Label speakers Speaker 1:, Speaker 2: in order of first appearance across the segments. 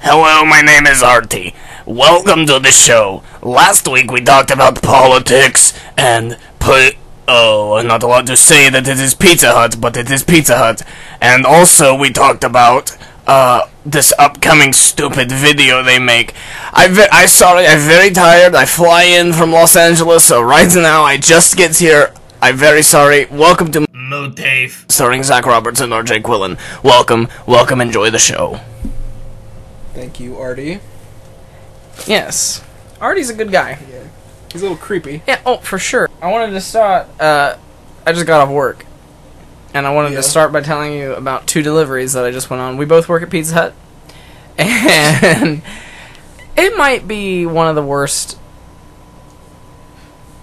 Speaker 1: Hello, my name is Artie. Welcome to the show. Last week we talked about politics and put. Oh, I'm not allowed to say that it is Pizza Hut, but it is Pizza Hut. And also we talked about uh this upcoming stupid video they make. I ve- I sorry, I'm very tired. I fly in from Los Angeles, so right now I just get here. I'm very sorry. Welcome to
Speaker 2: Motif.
Speaker 1: starring Zach Roberts and RJ Quillen. Welcome, welcome. Enjoy the show.
Speaker 3: Thank you, Artie.
Speaker 4: Yes. Artie's a good guy.
Speaker 3: He's a little creepy.
Speaker 4: Yeah, oh, for sure. I wanted to start, uh, I just got off work. And I wanted
Speaker 3: Yeah.
Speaker 4: to start by telling you about two deliveries that I just went on. We both work at Pizza Hut. And it might be one of the worst.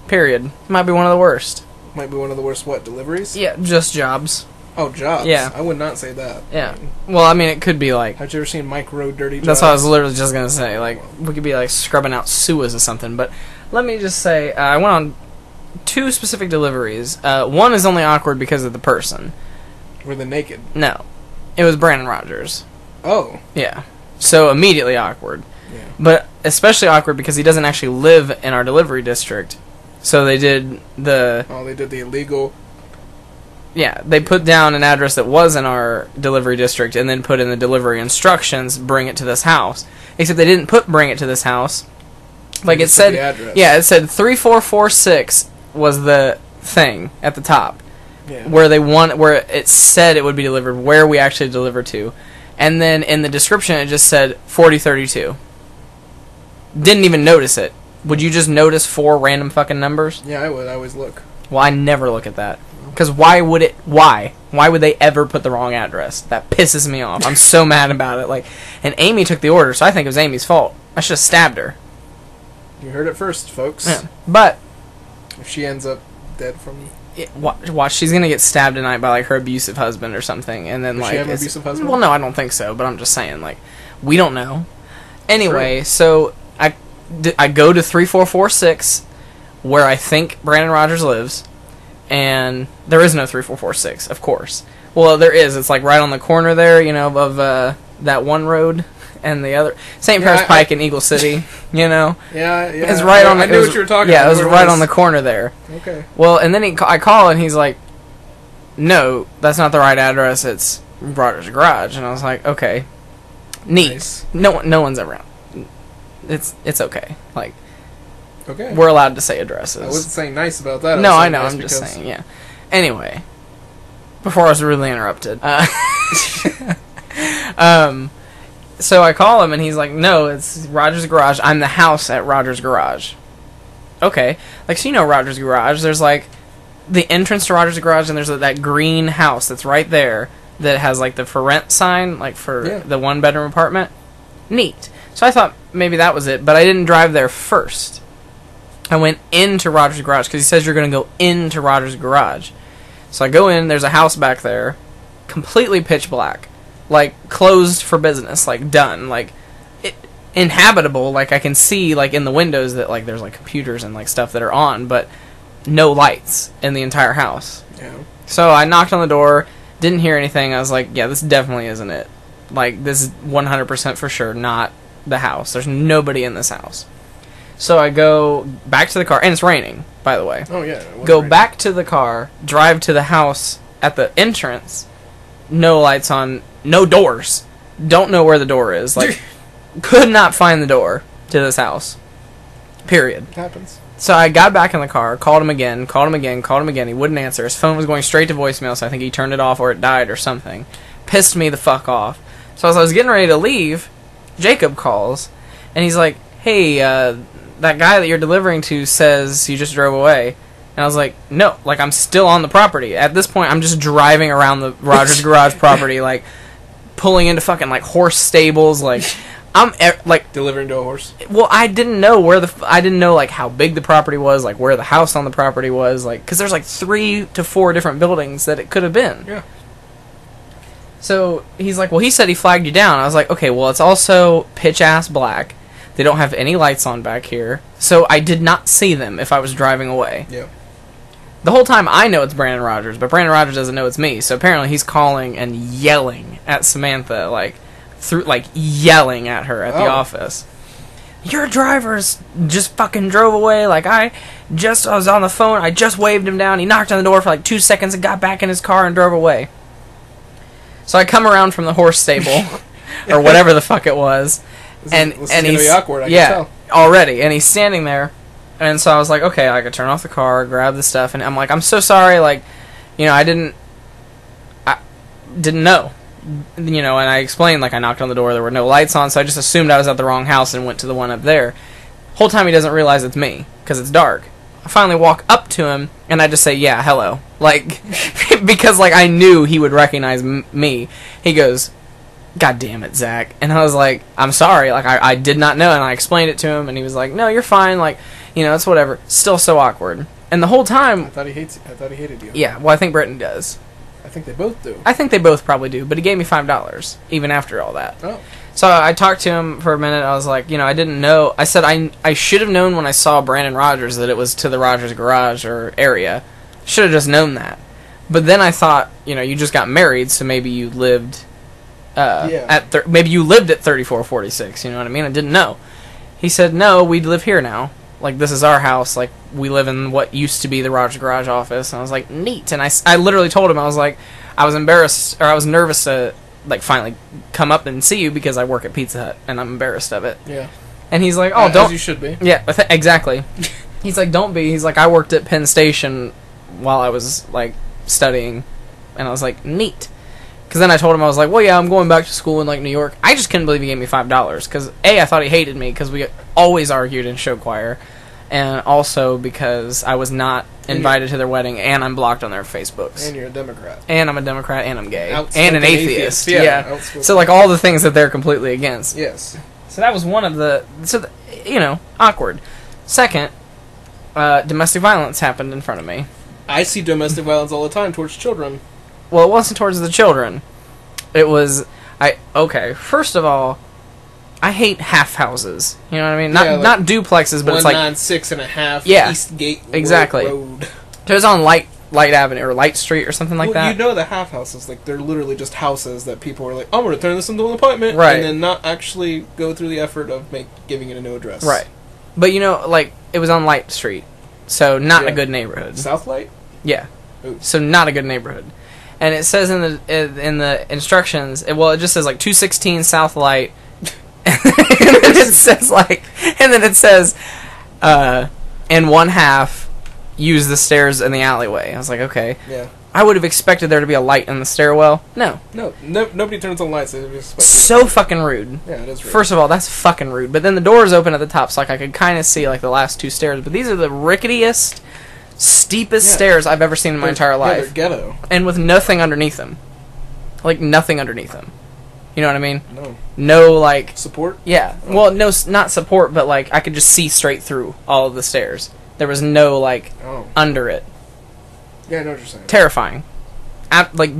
Speaker 4: Period. Might be one of the worst.
Speaker 3: Might be one of the worst what deliveries?
Speaker 4: Yeah, just jobs.
Speaker 3: Oh, jobs.
Speaker 4: Yeah.
Speaker 3: I would not say that.
Speaker 4: Yeah. Well, I mean, it could be like.
Speaker 3: Have you ever seen micro dirty jobs?
Speaker 4: That's what I was literally just gonna say. Like we could be like scrubbing out sewers or something. But let me just say, uh, I went on two specific deliveries. Uh, one is only awkward because of the person.
Speaker 3: Were they naked?
Speaker 4: No, it was Brandon Rogers.
Speaker 3: Oh,
Speaker 4: Yeah, so immediately awkward.
Speaker 3: Yeah.
Speaker 4: But especially awkward because he doesn't actually live in our delivery district. So they did the
Speaker 3: oh, they did the illegal.
Speaker 4: yeah they put down an address that was in our delivery district and then put in the delivery instructions bring it to this house except they didn't put bring it to this house like it
Speaker 3: just put
Speaker 4: said
Speaker 3: the address.
Speaker 4: yeah it said 3446 was the thing at the top
Speaker 3: Yeah.
Speaker 4: where they want where it said it would be delivered where we actually delivered to and then in the description it just said 4032 didn't even notice it would you just notice four random fucking numbers
Speaker 3: Yeah, I would. I always look.
Speaker 4: well, I never look at that. Because why would it? Why? Why would they ever put the wrong address? That pisses me off. I'm so mad about it. Like, and Amy took the order, so I think it was Amy's fault. I should have stabbed her.
Speaker 3: You heard it first, folks.
Speaker 4: But
Speaker 3: If she ends up dead from,
Speaker 4: it, watch, watch, she's gonna get stabbed tonight by like her abusive husband or something, and then
Speaker 3: Does she
Speaker 4: like
Speaker 3: have an
Speaker 4: it's-
Speaker 3: abusive husband?
Speaker 4: Well, no, I don't think so. But I'm just saying, like, we don't know. Anyway, so I d- I go to three four four six, where I think Brandon Rogers lives, and there is no three four four six, of course. Well, there is. It's like right on the corner there, you know, of uh, that one road and the other St.
Speaker 3: Yeah,
Speaker 4: Paris
Speaker 3: I- I-
Speaker 4: Pike and Eagle City. you know,
Speaker 3: yeah, yeah.
Speaker 4: it's right
Speaker 3: I,
Speaker 4: on. The,
Speaker 3: I
Speaker 4: it
Speaker 3: knew
Speaker 4: was-
Speaker 3: what you were talking
Speaker 4: Yeah,
Speaker 3: about.
Speaker 4: it was
Speaker 3: where
Speaker 4: right on the corner there.
Speaker 3: Okay.
Speaker 4: Well, and then he ca- I call and he's like, "No, that's not the right address. It's Rogers Garage." And I was like, "Okay, neat.
Speaker 3: Nice.
Speaker 4: No one, no one's around. It's it's okay. Like
Speaker 3: Okay.
Speaker 4: we're allowed to say
Speaker 3: I
Speaker 4: addresses.
Speaker 3: wasn't saying nice about that.
Speaker 4: no,
Speaker 3: was
Speaker 4: I
Speaker 3: saying
Speaker 4: know.
Speaker 3: nice
Speaker 4: I'm just
Speaker 3: because-
Speaker 4: saying. Yeah. Anyway, before I was rudely interrupted. Uh, um, so I call him and he's like, "No, it's Rogers Garage. I'm the house at Rogers Garage." Okay, like so you know Rogers Garage. There's like the entrance to Rogers Garage and there's that green house that's right there that has like the for rent sign, like for
Speaker 3: Yeah.
Speaker 4: the one bedroom apartment. Neat. So I thought maybe that was it, but I didn't drive there first. I went into Rogers Garage because he says you're going to go into Rogers Garage. So I go in. There's a house back there, completely pitch black, like closed for business, like done, like it, inhabitable. Like I can see like in the windows that like there's like computers and like stuff that are on, but no lights in the entire house.
Speaker 3: Yeah.
Speaker 4: So I knocked on the door, didn't hear anything. I was like, yeah, this definitely isn't it. Like, this is 100% for sure not the house. There's nobody in this house. So I go back to the car, and it's raining, by the way.
Speaker 3: Oh yeah. it was
Speaker 4: Go
Speaker 3: right.
Speaker 4: back to the car, drive to the house at the entrance, no lights on, no doors. Don't know where the door is. Like, could not find the door to this house. Period.
Speaker 3: It happens.
Speaker 4: So I got back in the car, called him again, called him again, called him again. He wouldn't answer. His phone was going straight to voicemail, so I think he turned it off or it died or something. Pissed me the fuck off. So as I was getting ready to leave, Jacob calls, and he's like, "Hey, uh, that guy that you're delivering to says you just drove away." And I was like, "No, like I'm still on the property. At this point, I'm just driving around the Rogers Garage property, like pulling into fucking like horse stables, like." I'm e- like
Speaker 3: Delivering to a horse.
Speaker 4: well i didn't know where the f- i didn't know like how big the property was like where the house on the property was like because there's like three to four different buildings that it could have been
Speaker 3: Yeah.
Speaker 4: so he's like well he said he flagged you down i was like okay well it's also pitch ass black they don't have any lights on back here so i did not see them if i was driving away
Speaker 3: Yeah.
Speaker 4: the whole time I know it's Brandon Rogers, but Brandon Rogers doesn't know it's me. So apparently he's calling and yelling at Samantha like, through, like yelling at her at the
Speaker 3: Oh.
Speaker 4: office. Your driver's just fucking drove away. Like I just I was on the phone. I just waved him down. He knocked on the door for like two seconds and got back in his car and drove away. So I come around from the horse stable, or whatever the fuck it was,
Speaker 3: This
Speaker 4: and
Speaker 3: is, this
Speaker 4: and
Speaker 3: is
Speaker 4: he's
Speaker 3: gonna be awkward. I
Speaker 4: yeah
Speaker 3: can tell.
Speaker 4: already, and he's standing there, and so I was like, okay, I could turn off the car, grab the stuff, and I'm like, I'm so sorry, like, you know, I didn't, I didn't know, you know, and I explained like I knocked on the door, there were no lights on, so I just assumed I was at the wrong house and went to the one up there. Whole time he doesn't realize it's me because it's dark. I finally walk up to him and I just say, "Yeah, hello," like because like I knew he would recognize m- me. He goes, God damn it, Zach. And I was like, I'm sorry. Like, I, I did not know. And I explained it to him, and he was like, No, you're fine. Like, you know, it's whatever. Still so awkward. And the whole
Speaker 3: I
Speaker 4: time,
Speaker 3: thought he hates. I thought he hated you.
Speaker 4: yeah, well, I think Britain does.
Speaker 3: I think they both do.
Speaker 4: I think they both probably do, but he gave me $5, even after all that.
Speaker 3: Oh,
Speaker 4: So I talked to him for a minute. I was like, you know, I didn't know. I said I I should have known when I saw Brandon Rogers that it was to the Rogers garage or area. Should have just known that. But then I thought, you know, you just got married, so maybe you lived uh,
Speaker 3: Yeah.
Speaker 4: at thir- maybe you lived at 3446. You know what I mean? I didn't know. He said, no, we live here now. Like this is our house. Like we live in what used to be the Rogers garage office. And I was like, neat. And I s- I literally told him I was like, I was embarrassed or I was nervous to like finally come up and see you because I work at Pizza Hut and I'm embarrassed of it.
Speaker 3: yeah.
Speaker 4: And he's like,
Speaker 3: Uh,
Speaker 4: "Oh,
Speaker 3: as
Speaker 4: don't."
Speaker 3: you should be.
Speaker 4: yeah, I thi- exactly. he's like, "Don't be." He's like, "I worked at Penn Station while I was like studying," and I was like, "Neat." Because then I told him I was like, "Well, yeah, I'm going back to school in like New York." I just couldn't believe he gave me five dollars because a I thought he hated me because we always argued in show choir, and also because I was not
Speaker 3: And you-
Speaker 4: invited to their wedding and I'm blocked on their Facebooks
Speaker 3: And you're a Democrat.
Speaker 4: and I'm a Democrat and I'm gay and
Speaker 3: Outspoken
Speaker 4: an
Speaker 3: atheist,
Speaker 4: atheist.
Speaker 3: yeah,
Speaker 4: Yeah.
Speaker 3: outspoken.
Speaker 4: So like all the things that they're completely against.
Speaker 3: Yes.
Speaker 4: So that was one of the so th you know awkward. Second, uh, domestic violence happened in front of me.
Speaker 3: I see domestic violence all the time towards children.
Speaker 4: Well, it wasn't towards the children. It was I okay. First of all, I hate half houses. You know what I mean? Not
Speaker 3: Yeah, like
Speaker 4: not duplexes, but
Speaker 3: One
Speaker 4: it's like
Speaker 3: nine six and a half.
Speaker 4: Yeah.
Speaker 3: East Gate
Speaker 4: Exactly.
Speaker 3: Road.
Speaker 4: there's on light light avenue or light street or something like
Speaker 3: well,
Speaker 4: that.
Speaker 3: You know the half houses, like they're literally just houses that people are like, I'm gonna turn this into an apartment,
Speaker 4: Right.
Speaker 3: And then not actually go through the effort of make giving it a new address,
Speaker 4: right. But you know, like it was on light street, so not
Speaker 3: Yeah.
Speaker 4: a good neighborhood.
Speaker 3: Southlight.
Speaker 4: Yeah.
Speaker 3: Ooh.
Speaker 4: So not a good neighborhood. And it says in the uh, in the instructions, it, well, it just says like 216 South Light, and then it says like, and then it says, uh, and one half, use the stairs in the alleyway. I was like, okay,
Speaker 3: Yeah.
Speaker 4: I would have expected there to be a light in the stairwell. No,
Speaker 3: No, no nobody turns on lights. They just expect
Speaker 4: so fucking rude.
Speaker 3: you to- yeah, it is rude.
Speaker 4: First of all, that's fucking rude. But then the doors open at the top, so like I could kind of see like the last two stairs. But these are the ricketiest, steepest
Speaker 3: Yeah.
Speaker 4: stairs I've ever seen in my
Speaker 3: They're-
Speaker 4: entire
Speaker 3: yeah,
Speaker 4: life
Speaker 3: they're ghetto.
Speaker 4: and with nothing underneath them. Like nothing underneath them. You know what I mean?
Speaker 3: No
Speaker 4: No like
Speaker 3: support.
Speaker 4: yeah. Well, no s- not support, but like I could just see straight through all of the stairs. There was no like
Speaker 3: Oh,
Speaker 4: under it.
Speaker 3: yeah, I know what you're saying.
Speaker 4: Terrifying. Ab- like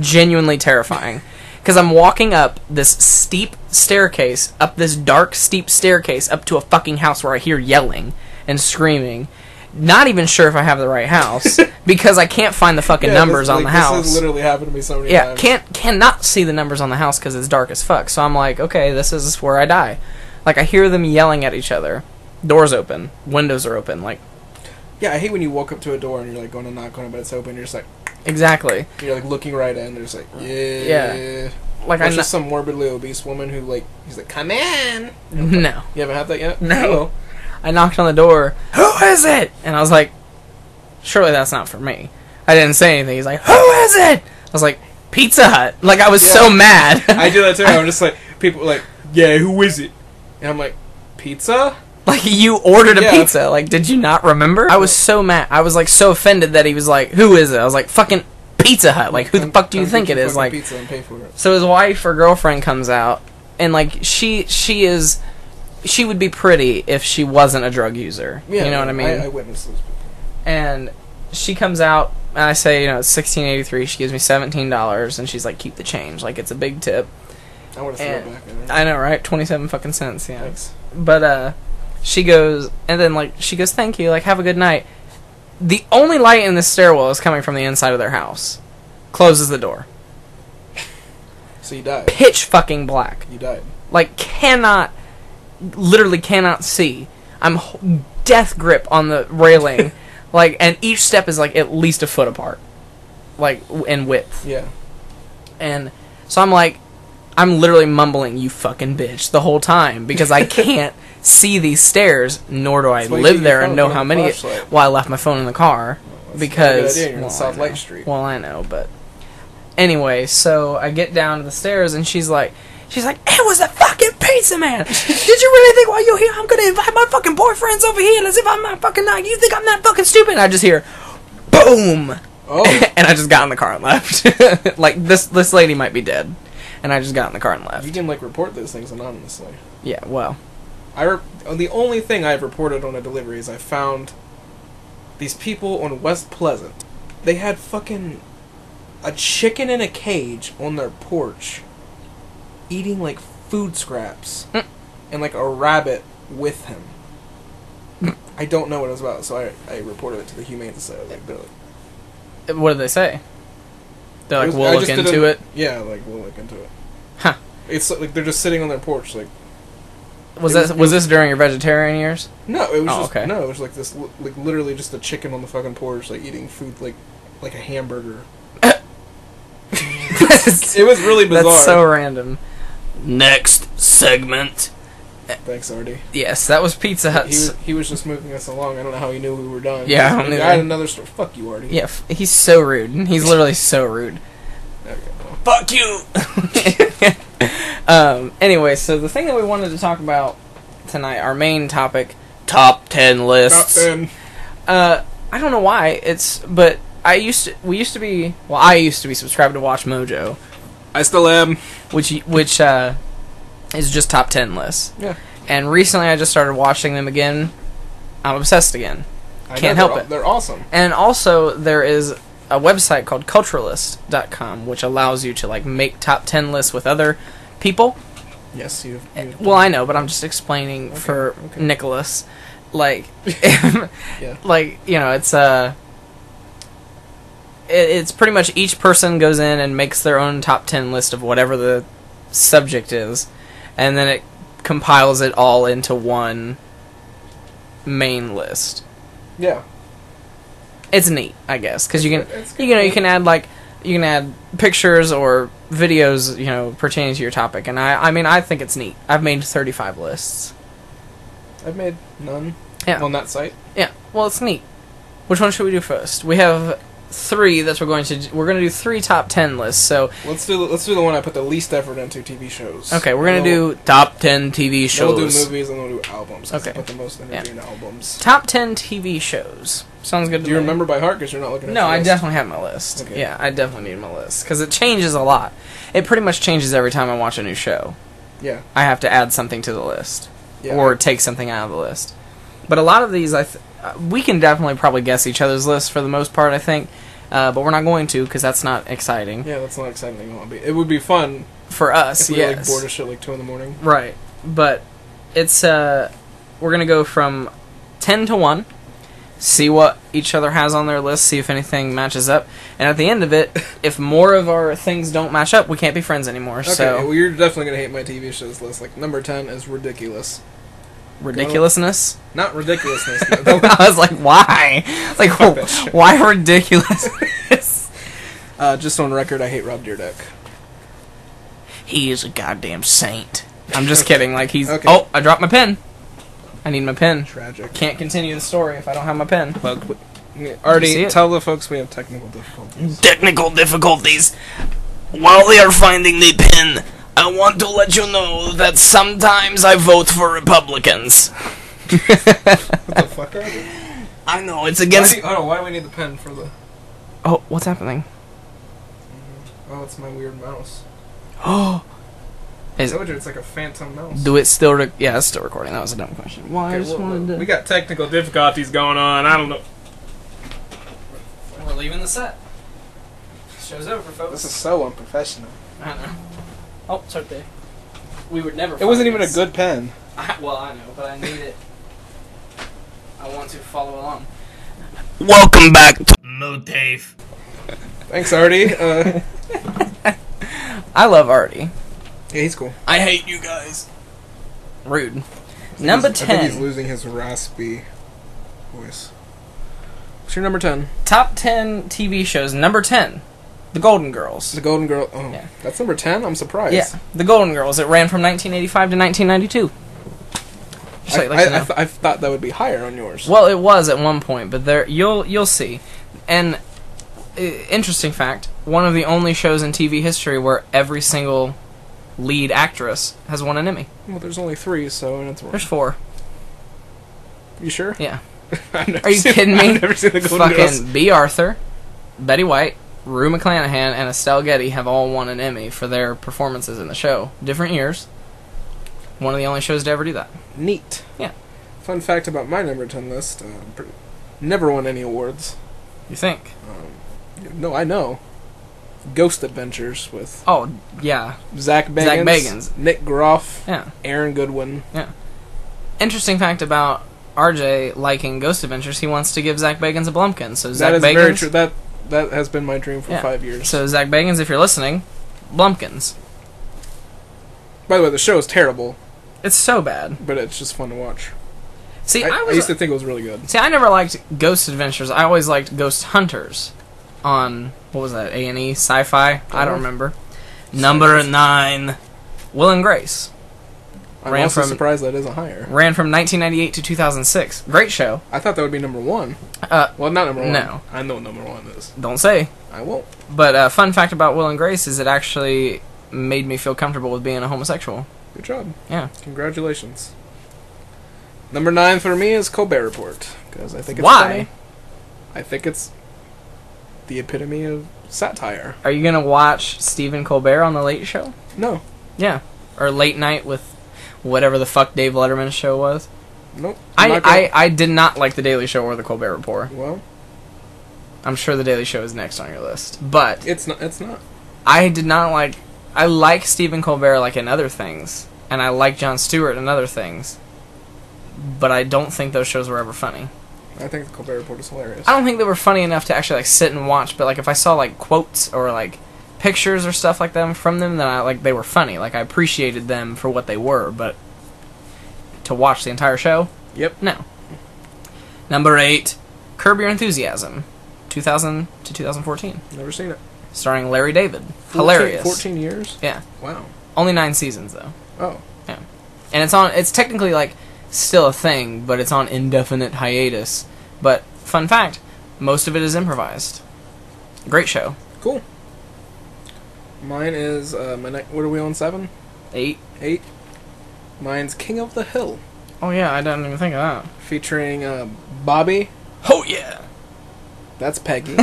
Speaker 4: genuinely terrifying. Cuz I'm walking up this steep staircase, up this dark steep staircase up to a fucking house where I hear yelling and screaming. Not even sure if I have the right house because I can't find the fucking
Speaker 3: Yeah, this,
Speaker 4: numbers on
Speaker 3: like,
Speaker 4: the house.
Speaker 3: This has literally happened to me so many
Speaker 4: yeah,
Speaker 3: times.
Speaker 4: can't cannot see the numbers on the house because it's dark as fuck. So I'm like, okay, this is where I die. Like I hear them yelling at each other. Doors open, windows are open. Like
Speaker 3: Yeah, I hate when you walk up to a door and you're like going to knock on it, but it's open. You're just like
Speaker 4: exactly.
Speaker 3: you're like looking right in. There's like yeah.
Speaker 4: Yeah. Like
Speaker 3: Like
Speaker 4: I
Speaker 3: there's
Speaker 4: kn-
Speaker 3: just some morbidly obese woman who like he's like come in.
Speaker 4: no.
Speaker 3: You haven't had that yet.
Speaker 4: No.
Speaker 3: Hello.
Speaker 4: I knocked on the door. Who is it? And I was like, surely that's not for me. I didn't say anything. He's like, who is it? I was like, Pizza Hut. Like I was
Speaker 3: Yeah.
Speaker 4: so mad.
Speaker 3: I do that too. I'm just like people are like yeah, who is it? And I'm like pizza.
Speaker 4: Like you ordered a
Speaker 3: Yeah.
Speaker 4: pizza. Like did you not remember? I was so mad. I was like so offended that he was like, "Who is it?" I was like, "Fucking Pizza Hut." Like who the
Speaker 3: Come-
Speaker 4: fuck do you
Speaker 3: come
Speaker 4: think
Speaker 3: get
Speaker 4: it
Speaker 3: your
Speaker 4: is?
Speaker 3: fucking
Speaker 4: Like
Speaker 3: pizza and pay for it.
Speaker 4: so his wife or girlfriend comes out and like she she is she would be pretty if she wasn't a drug user.
Speaker 3: Yeah,
Speaker 4: you know what I mean?
Speaker 3: I, witnessed those people.
Speaker 4: and she comes out and I say, you know, it's 1683. She gives me $17 and she's like, "Keep the change." Like it's a big tip.
Speaker 3: I want to throw
Speaker 4: And-
Speaker 3: it back at her.
Speaker 4: Eh, I know, right? 27 fucking cents, yeah.
Speaker 3: Thanks.
Speaker 4: But uh she goes and then like she goes, Thank you, like have a good night. The only light in the stairwell is coming from the inside of their house. Closes the door.
Speaker 3: So you died.
Speaker 4: Pitch fucking black.
Speaker 3: You died.
Speaker 4: Like cannot, literally cannot see. I'm h- death grip on the railing, like, and each step is like at least a foot apart, like w- in width.
Speaker 3: Yeah.
Speaker 4: And so I'm like, I'm literally mumbling, "You fucking bitch," the whole time because I can't see these stairs, nor do I
Speaker 3: why you
Speaker 4: live
Speaker 3: keep
Speaker 4: there
Speaker 3: your
Speaker 4: and
Speaker 3: phone
Speaker 4: know
Speaker 3: on
Speaker 4: how
Speaker 3: the
Speaker 4: many.
Speaker 3: flashlight.
Speaker 4: Well, I left my phone in the car because
Speaker 3: good idea. You're on
Speaker 4: well,
Speaker 3: South
Speaker 4: I
Speaker 3: Lake
Speaker 4: know.
Speaker 3: Street.
Speaker 4: Well, I know, but anyway, so I get down to the stairs and she's like, she's like, it was the fucking pizza man. Did you really think while you're here I'm gonna invite my fucking boyfriends over here as if I'm not fucking not? You think I'm that fucking stupid? And I just hear, boom,
Speaker 3: Oh,
Speaker 4: and I just got in the car and left. like this this lady might be dead, and I just got in the car and
Speaker 3: you
Speaker 4: left.
Speaker 3: can like report those things anonymously.
Speaker 4: Yeah, well,
Speaker 3: I re- the only thing I've reported on a delivery is I found these people on West Pleasant. They had fucking a chicken in a cage on their porch, eating like food scraps,
Speaker 4: Mm.
Speaker 3: and like a rabbit with him. I don't know what it was about, so I, I reported it to the Humane Society. They're like,
Speaker 4: what did they say? They're like,
Speaker 3: was-
Speaker 4: we'll
Speaker 3: I
Speaker 4: look
Speaker 3: just did
Speaker 4: into
Speaker 3: a-
Speaker 4: it.
Speaker 3: Yeah, like we'll look into it.
Speaker 4: Huh.
Speaker 3: It's like they're just sitting on their porch, like
Speaker 4: Was
Speaker 3: It was-
Speaker 4: that was this during your vegetarian years?
Speaker 3: No, it was
Speaker 4: Oh,
Speaker 3: just
Speaker 4: okay.
Speaker 3: no. It was like this, li- like literally just a chicken on the fucking porch, like eating food, like like a hamburger. It was really bizarre.
Speaker 4: That's so random.
Speaker 1: Next segment.
Speaker 3: Thanks, Artie.
Speaker 4: Yes, that was Pizza
Speaker 3: He
Speaker 4: Hut's.
Speaker 3: was, he was just moving us along. I don't know how he knew we were done.
Speaker 4: Yeah, I don't
Speaker 3: Like,
Speaker 4: either.
Speaker 3: I had another story. Fuck you, Artie.
Speaker 4: yeah, f- he's so rude. He's literally so rude.
Speaker 3: Okay, well,
Speaker 1: Fuck you!
Speaker 4: Um, anyway, so the thing that we wanted to talk about tonight, our main topic,
Speaker 1: Top 10
Speaker 3: Not
Speaker 1: lists.
Speaker 3: then.
Speaker 4: uh, I don't know why it's, but I used to, we used to be, well, I used to be subscribed to Watch Mojo,
Speaker 3: I still am.
Speaker 4: which y- which uh, is just top ten lists.
Speaker 3: Yeah.
Speaker 4: And recently, I just started watching them again. I'm obsessed again.
Speaker 3: I
Speaker 4: Can't
Speaker 3: know,
Speaker 4: help
Speaker 3: they're,
Speaker 4: it.
Speaker 3: aw- They're awesome.
Speaker 4: And also, there is a website called Culturalist.com, which allows you to like make top ten lists with other people.
Speaker 3: Yes, you. you
Speaker 4: Well, I know, but I'm just explaining for
Speaker 3: okay.
Speaker 4: Nicholas. Like,
Speaker 3: Yeah.
Speaker 4: like you know, it's uh, it, it's pretty much each person goes in and makes their own top ten list of whatever the subject is, and then it compiles it all into one main list.
Speaker 3: yeah.
Speaker 4: It's neat, I guess, because you can
Speaker 3: It's good.
Speaker 4: you know you can add like you can add pictures or videos you know pertaining to your topic, and I I mean I think it's neat. I've made 35 lists.
Speaker 3: I've made none
Speaker 4: Yeah.
Speaker 3: on that site.
Speaker 4: Yeah. Well, it's neat. Which one should we do first? We have three that we're going to d- we're going to do three top 10 lists. So,
Speaker 3: Let's do. the- Let's do the one I put the least effort into. TV shows.
Speaker 4: okay, we're going to
Speaker 3: We'll-
Speaker 4: do top 10 TV
Speaker 3: then We'll do
Speaker 4: shows.
Speaker 3: movies and then we'll do albums. 'cause I
Speaker 4: Okay.
Speaker 3: Put the most energy
Speaker 4: Yeah.
Speaker 3: in albums.
Speaker 4: top 10 TV shows. Sounds good to
Speaker 3: Do you
Speaker 4: me.
Speaker 3: remember by heart? Because you're not looking at
Speaker 4: No,
Speaker 3: your
Speaker 4: I
Speaker 3: list.
Speaker 4: definitely have my list.
Speaker 3: Okay.
Speaker 4: Yeah, I definitely need my list cuz it changes a lot. It pretty much changes every time I watch a new show.
Speaker 3: Yeah.
Speaker 4: I have to add something to the list
Speaker 3: yeah.
Speaker 4: or take something out of the list. But a lot of these, I th- uh, we can definitely probably guess each other's lists for the most part, I think. Uh, but we're not going to because that's not exciting.
Speaker 3: Yeah, that's not exciting. It won't be. It would be fun
Speaker 4: for
Speaker 3: if
Speaker 4: us,
Speaker 3: we were, like
Speaker 4: yes.
Speaker 3: bored as shit like two in the morning.
Speaker 4: right. But it's uh we're gonna go from ten to one, see what each other has on their list, see if anything matches up, and at the end of it, if more of our things don't match up, we can't be friends anymore.
Speaker 3: Okay,
Speaker 4: so
Speaker 3: well, you're definitely gonna hate my TV shows list. Like number ten is ridiculous.
Speaker 4: ridiculousness.
Speaker 3: Not ridiculousness. no,
Speaker 4: I was like, why? Like,
Speaker 3: that shit.
Speaker 4: why ridiculous?
Speaker 3: uh, just on record, I hate Rob Deerdeck.
Speaker 4: he is a goddamn saint. I'm just kidding. Like he's.
Speaker 3: Okay.
Speaker 4: Oh, I dropped my pen. I need my pen.
Speaker 3: Tragic.
Speaker 4: Can't continue the story if I don't have my pen.
Speaker 3: Well, qu- yeah,
Speaker 4: You see
Speaker 3: Artie,
Speaker 4: it?
Speaker 3: tell the folks we have technical difficulties.
Speaker 1: Technical difficulties. While they are finding the pin, I want to let you know that sometimes I vote for Republicans.
Speaker 3: What the fuck are they?
Speaker 1: I know, it's
Speaker 3: Why
Speaker 1: against.
Speaker 3: do, oh, why do we need the pen for the?
Speaker 4: Oh, what's happening?
Speaker 3: Oh, it's my weird mouse.
Speaker 4: Oh,
Speaker 3: I
Speaker 4: is
Speaker 3: told you it's like a phantom mouse.
Speaker 4: do it still? Rec- yeah, it's still recording. That was a dumb question. Well, I
Speaker 3: Okay,
Speaker 4: just
Speaker 3: well,
Speaker 4: wanted to.
Speaker 3: we got technical difficulties going on. I don't know.
Speaker 4: We're leaving the set. Show's over, folks.
Speaker 3: so unprofessional.
Speaker 4: I know. Oh, it's right there. We would never.
Speaker 3: It wasn't even a good pen.
Speaker 4: I, well, I know, but I need it. I want to follow along.
Speaker 1: Welcome back to Motif.
Speaker 3: Thanks, Artie. Uh,
Speaker 4: I love Artie.
Speaker 3: Yeah, he's cool.
Speaker 1: I hate you guys.
Speaker 4: Rude. Number
Speaker 3: He's- I think he's
Speaker 4: ten.
Speaker 3: losing his raspy voice. What's your number ten?
Speaker 4: Top ten TV shows. Number ten. The Golden Girls.
Speaker 3: The Golden Girl. Oh,
Speaker 4: Yeah.
Speaker 3: that's number ten. I'm surprised.
Speaker 4: Yeah, The Golden Girls. It ran from 1985 to 1992. Just so
Speaker 3: I,
Speaker 4: you'd like to
Speaker 3: I, I,
Speaker 4: know.
Speaker 3: th- I thought that would be higher on yours.
Speaker 4: Well, it was at one point, but there you'll you'll see. And uh, interesting fact: one of the only shows in TV history where every single lead actress has won an Emmy.
Speaker 3: Well, there's only three, so that's
Speaker 4: There's
Speaker 3: worth.
Speaker 4: four.
Speaker 3: You sure?
Speaker 4: Yeah.
Speaker 3: I've never
Speaker 4: Are you
Speaker 3: seen-
Speaker 4: kidding me?
Speaker 3: I've never seen the Golden Girls.
Speaker 4: Fucking B. Arthur, Betty White, Rue McClanahan, and Estelle Getty have all won an Emmy for their performances in the show. Different years. One of the only shows to ever do that.
Speaker 3: Neat.
Speaker 4: Yeah.
Speaker 3: Fun fact about my number 10 list uh, pr- never won any awards.
Speaker 4: You think?
Speaker 3: No, I know. Ghost Adventures with
Speaker 4: Oh, yeah.
Speaker 3: Zach Bagans,
Speaker 4: Zach Bagans.
Speaker 3: Nick Groff,
Speaker 4: Yeah.
Speaker 3: Aaron Goodwin.
Speaker 4: Interesting fact about RJ liking Ghost Adventures, he wants to give Zach Bagans a Blumpkin. So
Speaker 3: that
Speaker 4: Zach
Speaker 3: is
Speaker 4: Bagans.
Speaker 3: very true. That that has been my dream for
Speaker 4: Yeah.
Speaker 3: five years.
Speaker 4: So Zach Bagans, if you're listening, Blumpkins.
Speaker 3: By the way, the show is terrible,
Speaker 4: It's so bad.
Speaker 3: but it's just fun to watch.
Speaker 4: See,
Speaker 3: I,
Speaker 4: I,
Speaker 3: I
Speaker 4: was
Speaker 3: used to think it was really good.
Speaker 4: see, I never liked Ghost Adventures. I always liked Ghost Hunters on what was that A and E Sci-Fi? I
Speaker 3: Oh.
Speaker 4: don't remember. Number nine, Will and Grace
Speaker 3: I'm
Speaker 4: Ran
Speaker 3: also
Speaker 4: from-
Speaker 3: surprised that isn't higher.
Speaker 4: ran from 1998 to 2006. Great show.
Speaker 3: I thought that would be number one.
Speaker 4: Uh,
Speaker 3: Well, not number one.
Speaker 4: no.
Speaker 3: I know what number one is.
Speaker 4: Don't say.
Speaker 3: I won't.
Speaker 4: But uh, fun fact about Will and Grace is it actually made me feel comfortable with being a homosexual.
Speaker 3: Good job.
Speaker 4: Yeah.
Speaker 3: Congratulations. Number nine for me is Colbert Report because I think it's
Speaker 4: Why?
Speaker 3: funny. I think it's the epitome of satire.
Speaker 4: Are you gonna watch Stephen Colbert on the Late Show?
Speaker 3: No,
Speaker 4: Yeah. Or late night with whatever the fuck Dave Letterman's show was.
Speaker 3: nope. I'm
Speaker 4: I,
Speaker 3: not gonna-
Speaker 4: I, I did not like The Daily Show or The Colbert Report.
Speaker 3: well,
Speaker 4: I'm sure The Daily Show is next on your list. But
Speaker 3: it's not. It's not.
Speaker 4: I did not like. I like Stephen Colbert like in other things, and I like Jon Stewart in other things. But I don't think those shows were ever funny.
Speaker 3: I think the Colbert Report is hilarious.
Speaker 4: I don't think they were funny enough to actually like sit and watch. But like if I saw like quotes or like pictures or stuff like them from them, then I like they were funny. Like I appreciated them for what they were. But to watch the entire show,
Speaker 3: Yep.
Speaker 4: No. Number eight, Curb Your Enthusiasm, 2000 to 2014,
Speaker 3: Never seen it.
Speaker 4: starring Larry David.
Speaker 3: 14
Speaker 4: Hilarious.
Speaker 3: Fourteen years.
Speaker 4: Yeah,
Speaker 3: Wow.
Speaker 4: only nine seasons though,
Speaker 3: Oh,
Speaker 4: and it's on. It's technically like still a thing, but it's on indefinite hiatus. But fun fact, most of it is improvised. Great show.
Speaker 3: cool. Mine is uh, my. Ne- what are we on? Seven,
Speaker 4: Eight.
Speaker 3: eight. Mine's King of the Hill,
Speaker 4: Oh yeah, I didn't even think of that.
Speaker 3: featuring uh, Bobby.
Speaker 4: Oh yeah.
Speaker 3: That's Peggy.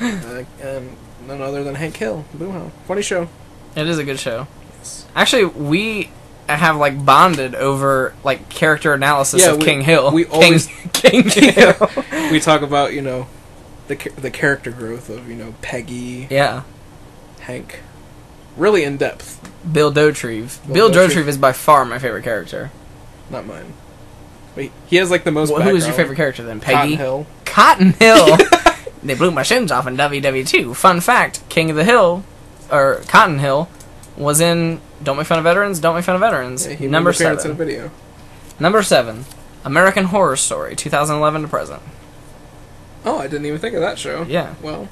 Speaker 3: uh, and none other than Hank Hill. Boohow. Funny show.
Speaker 4: It is a good show.
Speaker 3: Yes.
Speaker 4: Actually, we have like bonded over like character analysis
Speaker 3: Yeah,
Speaker 4: of
Speaker 3: we-
Speaker 4: King Hill.
Speaker 3: we
Speaker 4: King,
Speaker 3: always-
Speaker 4: King Hill.
Speaker 3: We talk about, you know, the cha- the character growth of, you know, Peggy,
Speaker 4: Yeah,
Speaker 3: Hank. Really in depth.
Speaker 4: Bill Dotrieve.
Speaker 3: Bill
Speaker 4: Bill,
Speaker 3: Dotrieve.
Speaker 4: Dotrieve. is by far my favorite character.
Speaker 3: Not mine. Wait, he has like the most
Speaker 4: Wh- who is your
Speaker 3: background.
Speaker 4: favorite character then?
Speaker 3: Cotton
Speaker 4: Peggy
Speaker 3: Hill.
Speaker 4: Cotton Hill. they blew my shins off in WW2. Fun fact: King of the Hill, or Cotton Hill, was in Don't Make Fun of Veterans. Don't Make Fun of Veterans.
Speaker 3: Yeah, he made
Speaker 4: Number
Speaker 3: an appearance
Speaker 4: seven.
Speaker 3: in a video.
Speaker 4: Number seven. American Horror Story, 2011 to present.
Speaker 3: Oh, I didn't even think of that show.
Speaker 4: Yeah.
Speaker 3: Well,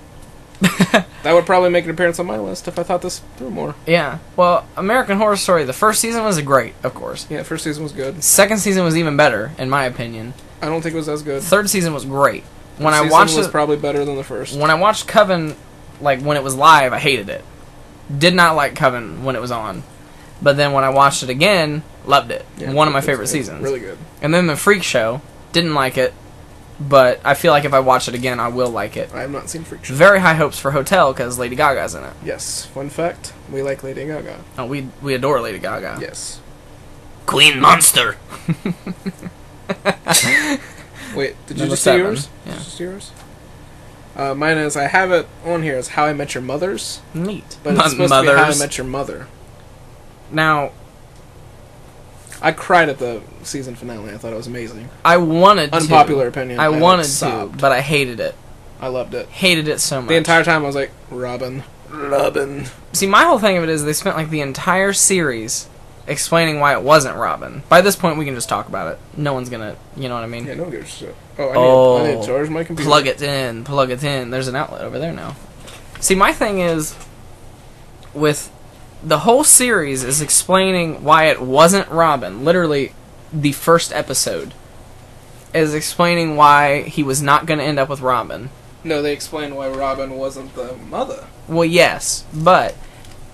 Speaker 3: that would probably make an appearance on my list if I thought this through more.
Speaker 4: Yeah. Well, American Horror Story. The first season was great, of course.
Speaker 3: Yeah, first season was good.
Speaker 4: Second season was even better, in my opinion.
Speaker 3: I don't think it was as good.
Speaker 4: Third season was great. When I
Speaker 3: Season
Speaker 4: watched
Speaker 3: was
Speaker 4: it,
Speaker 3: probably better than the first.
Speaker 4: when I watched Coven, like when it was live, I hated it. Did not like Coven when it was on, but then when I watched it again, loved it.
Speaker 3: Yeah,
Speaker 4: One
Speaker 3: it
Speaker 4: of my
Speaker 3: was-
Speaker 4: favorite
Speaker 3: it's
Speaker 4: seasons.
Speaker 3: Really good.
Speaker 4: And then the Freak Show, didn't like it, but I feel like if I watch it again, I will like it.
Speaker 3: I have not seen Freak Show.
Speaker 4: Very high hopes for Hotel because Lady Gaga's in it.
Speaker 3: Yes. Fun fact: we like Lady Gaga.
Speaker 4: Oh, we we adore Lady Gaga.
Speaker 3: Yes.
Speaker 1: Queen Monster.
Speaker 3: Wait, did you
Speaker 4: Number
Speaker 3: just see
Speaker 4: seven.
Speaker 3: yours?
Speaker 4: Yeah.
Speaker 3: Did you just see yours? Uh, mine is I have it on here as How I Met Your Mother's,
Speaker 4: Neat.
Speaker 3: but it's supposed to be How I Met Your Mother.
Speaker 4: now
Speaker 3: I cried at the season finale. I thought it was amazing.
Speaker 4: I wanted to-
Speaker 3: Unpopular opinion.
Speaker 4: I
Speaker 3: like,
Speaker 4: wanted to,
Speaker 3: sobbed.
Speaker 4: but I hated it.
Speaker 3: I loved it.
Speaker 4: Hated it so much.
Speaker 3: The entire time I was like, Robin, Robin.
Speaker 4: See, my whole thing of it is they spent like the entire series explaining why it wasn't Robin. By this point, we can just talk about it. No one's gonna, you know what I mean?
Speaker 3: Yeah, no one gives a shit. Oh, I need, I need
Speaker 4: Oh.
Speaker 3: to charge my computer.
Speaker 4: plug it in, plug it in. There's an outlet over there now. See, my thing is with the whole series is explaining why it wasn't Robin. Literally, the first episode is explaining why he was not going to end up with Robin.
Speaker 3: No, they explain why Robin wasn't the mother.
Speaker 4: Well, yes, but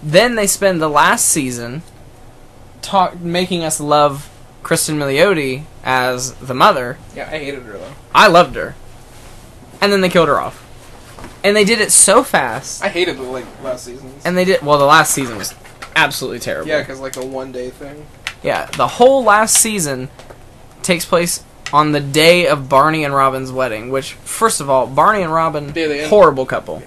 Speaker 4: then they spend the last season talk making us love Kristen Milioti as the mother
Speaker 3: Yeah, I hated her though.
Speaker 4: I loved her. And then they killed her off. And they did it so fast.
Speaker 3: I hated the like last seasons.
Speaker 4: And they did well the last season was absolutely terrible.
Speaker 3: yeah, because like a one day thing.
Speaker 4: Yeah, the whole last season takes place on the day of Barney and Robin's wedding, which first of all, Barney and Robin
Speaker 3: Yeah, they-
Speaker 4: horrible couple.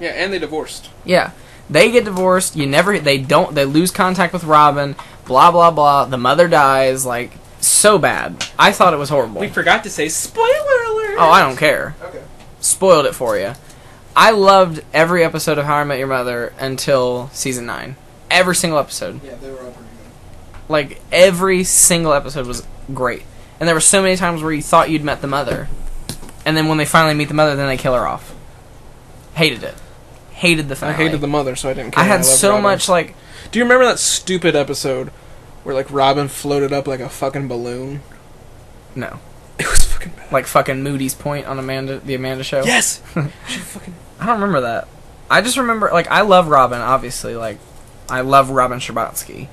Speaker 3: Yeah, and they divorced.
Speaker 4: Yeah. They get divorced, you never they don't they lose contact with Robin, blah blah blah, the mother dies like so bad. I thought it was horrible.
Speaker 3: We forgot to say spoiler alert.
Speaker 4: oh, I don't care.
Speaker 3: Okay.
Speaker 4: spoiled it for you. I loved every episode of How I Met Your Mother until season nine. Every single episode,
Speaker 3: Yeah, they were all pretty good.
Speaker 4: like every single episode, was great. And there were so many times where you thought you'd met the mother, and then when they finally meet the mother, then they kill her off. Hated it. Hated the
Speaker 3: I
Speaker 4: finale.
Speaker 3: hated the mother, so I didn't care.
Speaker 4: I had
Speaker 3: loved
Speaker 4: so
Speaker 3: Robin.
Speaker 4: much like
Speaker 3: Do you remember that stupid episode where like Robin floated up like a fucking balloon?
Speaker 4: no,
Speaker 3: It was fucking bad.
Speaker 4: like fucking Moody's point on Amanda, the Amanda show.
Speaker 3: Yes. she fucking.
Speaker 4: I don't remember that. I just remember like I love Robin, obviously. Like I love Robin Scherbatsky,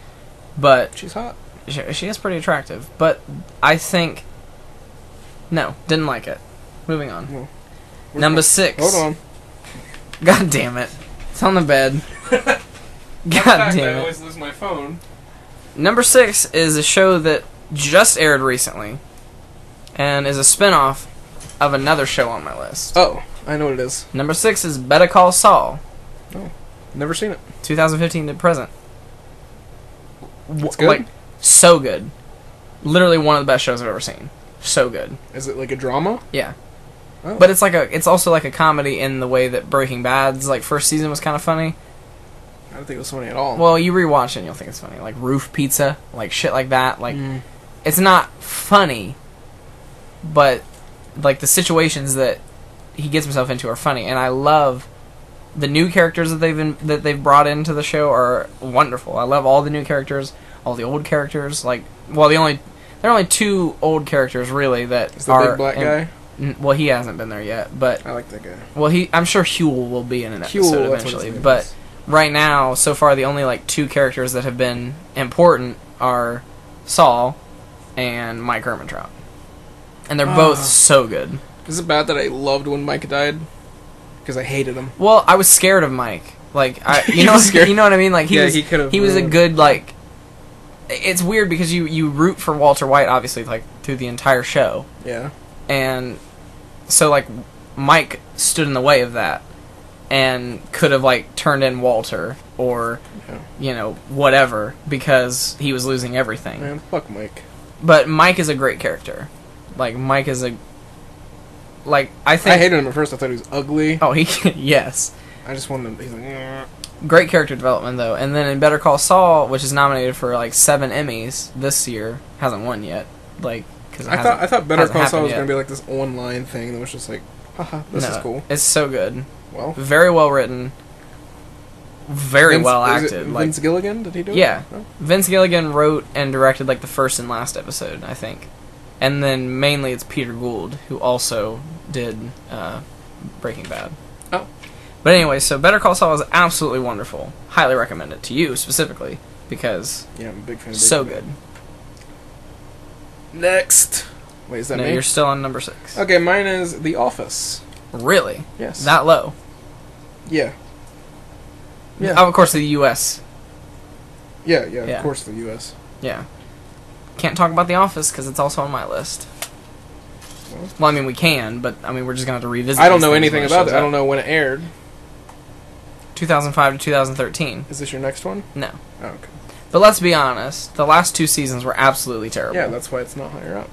Speaker 4: but
Speaker 3: She's hot.
Speaker 4: she, she is pretty attractive, but I think no, didn't like it. Moving on.
Speaker 3: We're
Speaker 4: Number
Speaker 3: fine.
Speaker 4: six.
Speaker 3: Hold on.
Speaker 4: God damn it! It's on the bed. God damn it!
Speaker 3: lose my phone.
Speaker 4: Number six is a show that just aired recently, and is a spinoff of another show on my list.
Speaker 3: Oh, I know what it is.
Speaker 4: Number six is Better Call Saul,
Speaker 3: Never seen it.
Speaker 4: 2015 to present. W-
Speaker 3: It's good?
Speaker 4: Like so good, literally one of the best shows I've ever seen. So good.
Speaker 3: Is it like a drama?
Speaker 4: Yeah.
Speaker 3: Oh.
Speaker 4: But it's like a it's also like a comedy in the way that Breaking Bad's like first season was kind of funny.
Speaker 3: I don't think it was funny at all.
Speaker 4: Well, you rewatch it and you'll think it's funny. Like Roof Pizza, like shit like that. Like
Speaker 3: Mm.
Speaker 4: it's not funny, but like the situations that he gets himself into are funny and I love the new characters that they've in, that they've brought into the show are wonderful. I love all the new characters, all the old characters. Like well, the only there are only two old characters really that
Speaker 3: is the
Speaker 4: are
Speaker 3: big black
Speaker 4: in-
Speaker 3: guy?
Speaker 4: n- well, he hasn't been there yet, but
Speaker 3: I like that guy.
Speaker 4: well, he I'm sure Huel will be in an
Speaker 3: Huel,
Speaker 4: episode
Speaker 3: that's what his
Speaker 4: eventually,
Speaker 3: name
Speaker 4: but
Speaker 3: is.
Speaker 4: right now, so far the only like two characters that have been important are Saul and Mike Hermantrout. And they're both
Speaker 3: Ah.
Speaker 4: so good.
Speaker 3: Is it bad that I loved when Mike died? Because I hated him.
Speaker 4: Well, I was scared of Mike. Like I you
Speaker 3: You
Speaker 4: know
Speaker 3: were scared?
Speaker 4: you know what I mean? Like he
Speaker 3: Yeah,
Speaker 4: was
Speaker 3: he
Speaker 4: he,
Speaker 3: could've
Speaker 4: was a
Speaker 3: ruined-
Speaker 4: good like it's weird because you you root for Walter White obviously like through the entire show.
Speaker 3: Yeah.
Speaker 4: and so like Mike stood in the way of that and could have like turned in Walter or
Speaker 3: Yeah.
Speaker 4: you know whatever because he was losing everything.
Speaker 3: Man, fuck Mike.
Speaker 4: But Mike is a great character. Like Mike is a like I think
Speaker 3: I hated him at first. I thought he was ugly.
Speaker 4: oh he yes.
Speaker 3: I just wanted him. He's like, "Nyeh."
Speaker 4: Great character development though. And then in Better Call Saul, which is nominated for like 7 Emmys this year, hasn't won yet. Like cuz
Speaker 3: I thought I thought Better
Speaker 4: hasn't
Speaker 3: Call Saul
Speaker 4: happened
Speaker 3: was
Speaker 4: yet.
Speaker 3: gonna be like this online thing that was just like, haha, this is cool.
Speaker 4: It's so good.
Speaker 3: Well,
Speaker 4: very well written, very
Speaker 3: Vince-
Speaker 4: well
Speaker 3: is it
Speaker 4: acted. Like
Speaker 3: Vince Gilligan, did he do it? Oh,
Speaker 4: Yeah.
Speaker 3: No?
Speaker 4: Vince Gilligan wrote and directed like the first and last episode, I think, and then mainly it's Peter Gould who also did uh, Breaking Bad.
Speaker 3: Oh.
Speaker 4: but anyway, so Better Call Saul is absolutely wonderful. Highly recommend it to you specifically because
Speaker 3: Yeah, I'm a big fan. of
Speaker 4: so
Speaker 3: Breaking
Speaker 4: good.
Speaker 3: Bad. Next. Wait, is that
Speaker 4: No,
Speaker 3: me?
Speaker 4: you're still on number six.
Speaker 3: Okay, mine is The Office.
Speaker 4: Really,
Speaker 3: Yes.
Speaker 4: that low?
Speaker 3: Yeah. Yeah.
Speaker 4: Oh, of course, the U.S.
Speaker 3: Yeah, yeah,
Speaker 4: Yeah.
Speaker 3: Of course, the U.S.
Speaker 4: Yeah. Can't talk about The Office because it's also on my list.
Speaker 3: Well.
Speaker 4: Well, I mean, we can, but I mean, we're just gonna have to revisit.
Speaker 3: I don't
Speaker 4: these
Speaker 3: know
Speaker 4: things
Speaker 3: anything
Speaker 4: when
Speaker 3: about
Speaker 4: shows
Speaker 3: it. I
Speaker 4: up.
Speaker 3: don't know when it aired.
Speaker 4: 2005 to 2013.
Speaker 3: Is this your next one?
Speaker 4: No,
Speaker 3: Oh, okay.
Speaker 4: but let's be honest. The last two seasons were absolutely terrible.
Speaker 3: Yeah, that's why it's not higher up.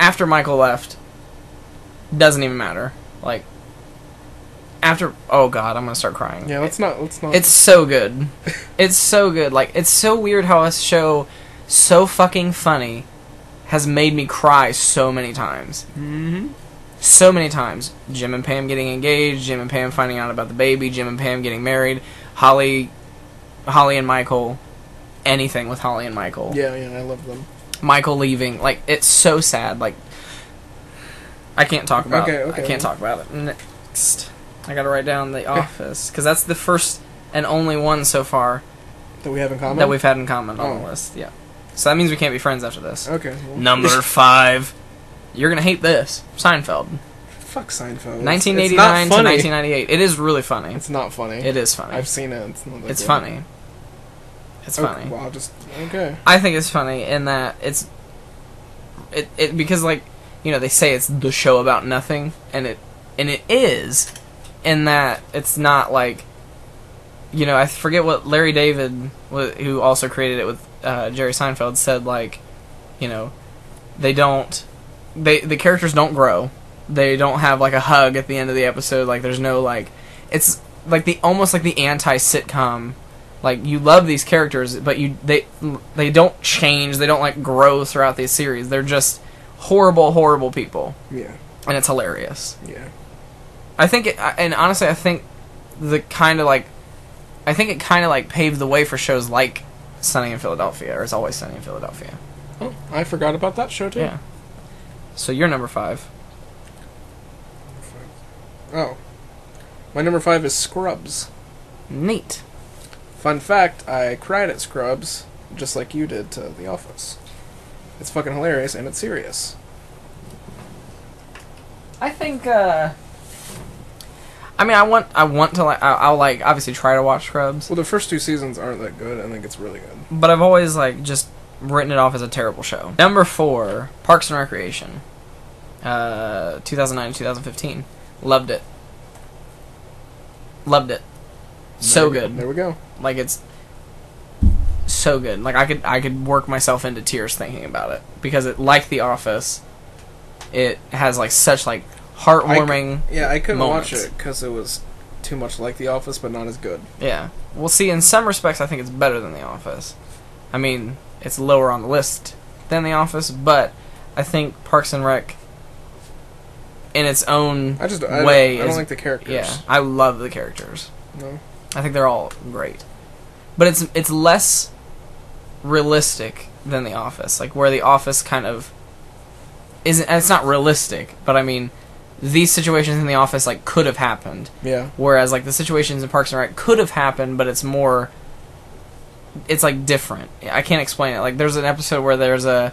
Speaker 4: After Michael left, doesn't even matter. Like, after oh god, I'm gonna start crying.
Speaker 3: Yeah, let's not. Let's not.
Speaker 4: It's so good. It's so good. Like it's so weird how a show so fucking funny has made me cry so many times.
Speaker 3: Mhm.
Speaker 4: So many times. Jim and Pam getting engaged, Jim and Pam finding out about the baby, Jim and Pam getting married, Holly Holly and Michael anything with Holly and Michael.
Speaker 3: Yeah, yeah, I love them.
Speaker 4: Michael leaving. Like it's so sad. Like I can't talk about.
Speaker 3: Okay,
Speaker 4: it.
Speaker 3: okay.
Speaker 4: I can't talk about it. Next, I gotta write down the office because that's the first and only one so far
Speaker 3: That we have in common.
Speaker 4: that we've had in common on the
Speaker 3: Oh.
Speaker 4: list. Yeah. So that means we can't be friends after this.
Speaker 3: Okay. well,
Speaker 1: Number five.
Speaker 4: You're gonna hate this. Seinfeld,
Speaker 3: Fuck Seinfeld. It's- it's
Speaker 4: 1989
Speaker 3: not
Speaker 4: to
Speaker 3: funny.
Speaker 4: 1998. It is really funny.
Speaker 3: It's not funny.
Speaker 4: it is funny.
Speaker 3: I've seen it. It's not that
Speaker 4: it's
Speaker 3: good.
Speaker 4: funny. It's
Speaker 3: Okay,
Speaker 4: funny.
Speaker 3: Well, I'll just okay.
Speaker 4: I think it's funny in that it's it, it because like you know they say it's the show about nothing and it and it is in that it's not like you know I forget what Larry David wa- who also created it with uh, Jerry Seinfeld said like you know they don't they the characters don't grow they don't have like a hug at the end of the episode like there's no like it's like the almost like the anti sitcom like you love these characters but you they they don't change they don't like grow throughout these series they're just horrible horrible people
Speaker 3: Yeah,
Speaker 4: and it's hilarious
Speaker 3: yeah.
Speaker 4: i think it I- and honestly i think the kind of like i think it kind of like paved the way for shows like sunny in philadelphia or it's always sunny in philadelphia
Speaker 3: Oh, I forgot about that show too.
Speaker 4: yeah so you're number five
Speaker 3: Oh, my number five is Scrubs.
Speaker 4: neat
Speaker 3: Fun fact: I cried at Scrubs just like you did to The Office. It's fucking hilarious and it's serious.
Speaker 4: I think. uh I mean, I want. I want to like. I, I'll like. Obviously, try to watch Scrubs,
Speaker 3: Well, the first two seasons aren't that good. I think it's really good.
Speaker 4: but I've always like just written it off as a terrible show. Number four, Parks and Recreation, uh, 2009 to 2015. Loved it. Loved it. So
Speaker 3: There we-
Speaker 4: good.
Speaker 3: There we go.
Speaker 4: Like it's so good. Like I could I could work myself into tears thinking about it because it like The Office. It has like such like heartwarming.
Speaker 3: Yeah, I couldn't watch
Speaker 4: Moments.
Speaker 3: it because it was too much like The Office, but not as good.
Speaker 4: Yeah. Well, see, in some respects, I think it's better than The Office. I mean, it's lower on the list than The Office, but I think Parks and Rec, in its own
Speaker 3: I just I
Speaker 4: way,
Speaker 3: don't, I don't
Speaker 4: is-
Speaker 3: like the characters.
Speaker 4: yeah, I love the characters.
Speaker 3: No.
Speaker 4: I think they're all great, but it's it's less realistic than The Office. Like where The Office kind of isn't. and It's not realistic, but I mean, these situations in The Office like could have happened.
Speaker 3: Yeah.
Speaker 4: Whereas like the situations in Parks and Rec could have happened, but it's more it's like different. I can't explain it. Like there's an episode where there's a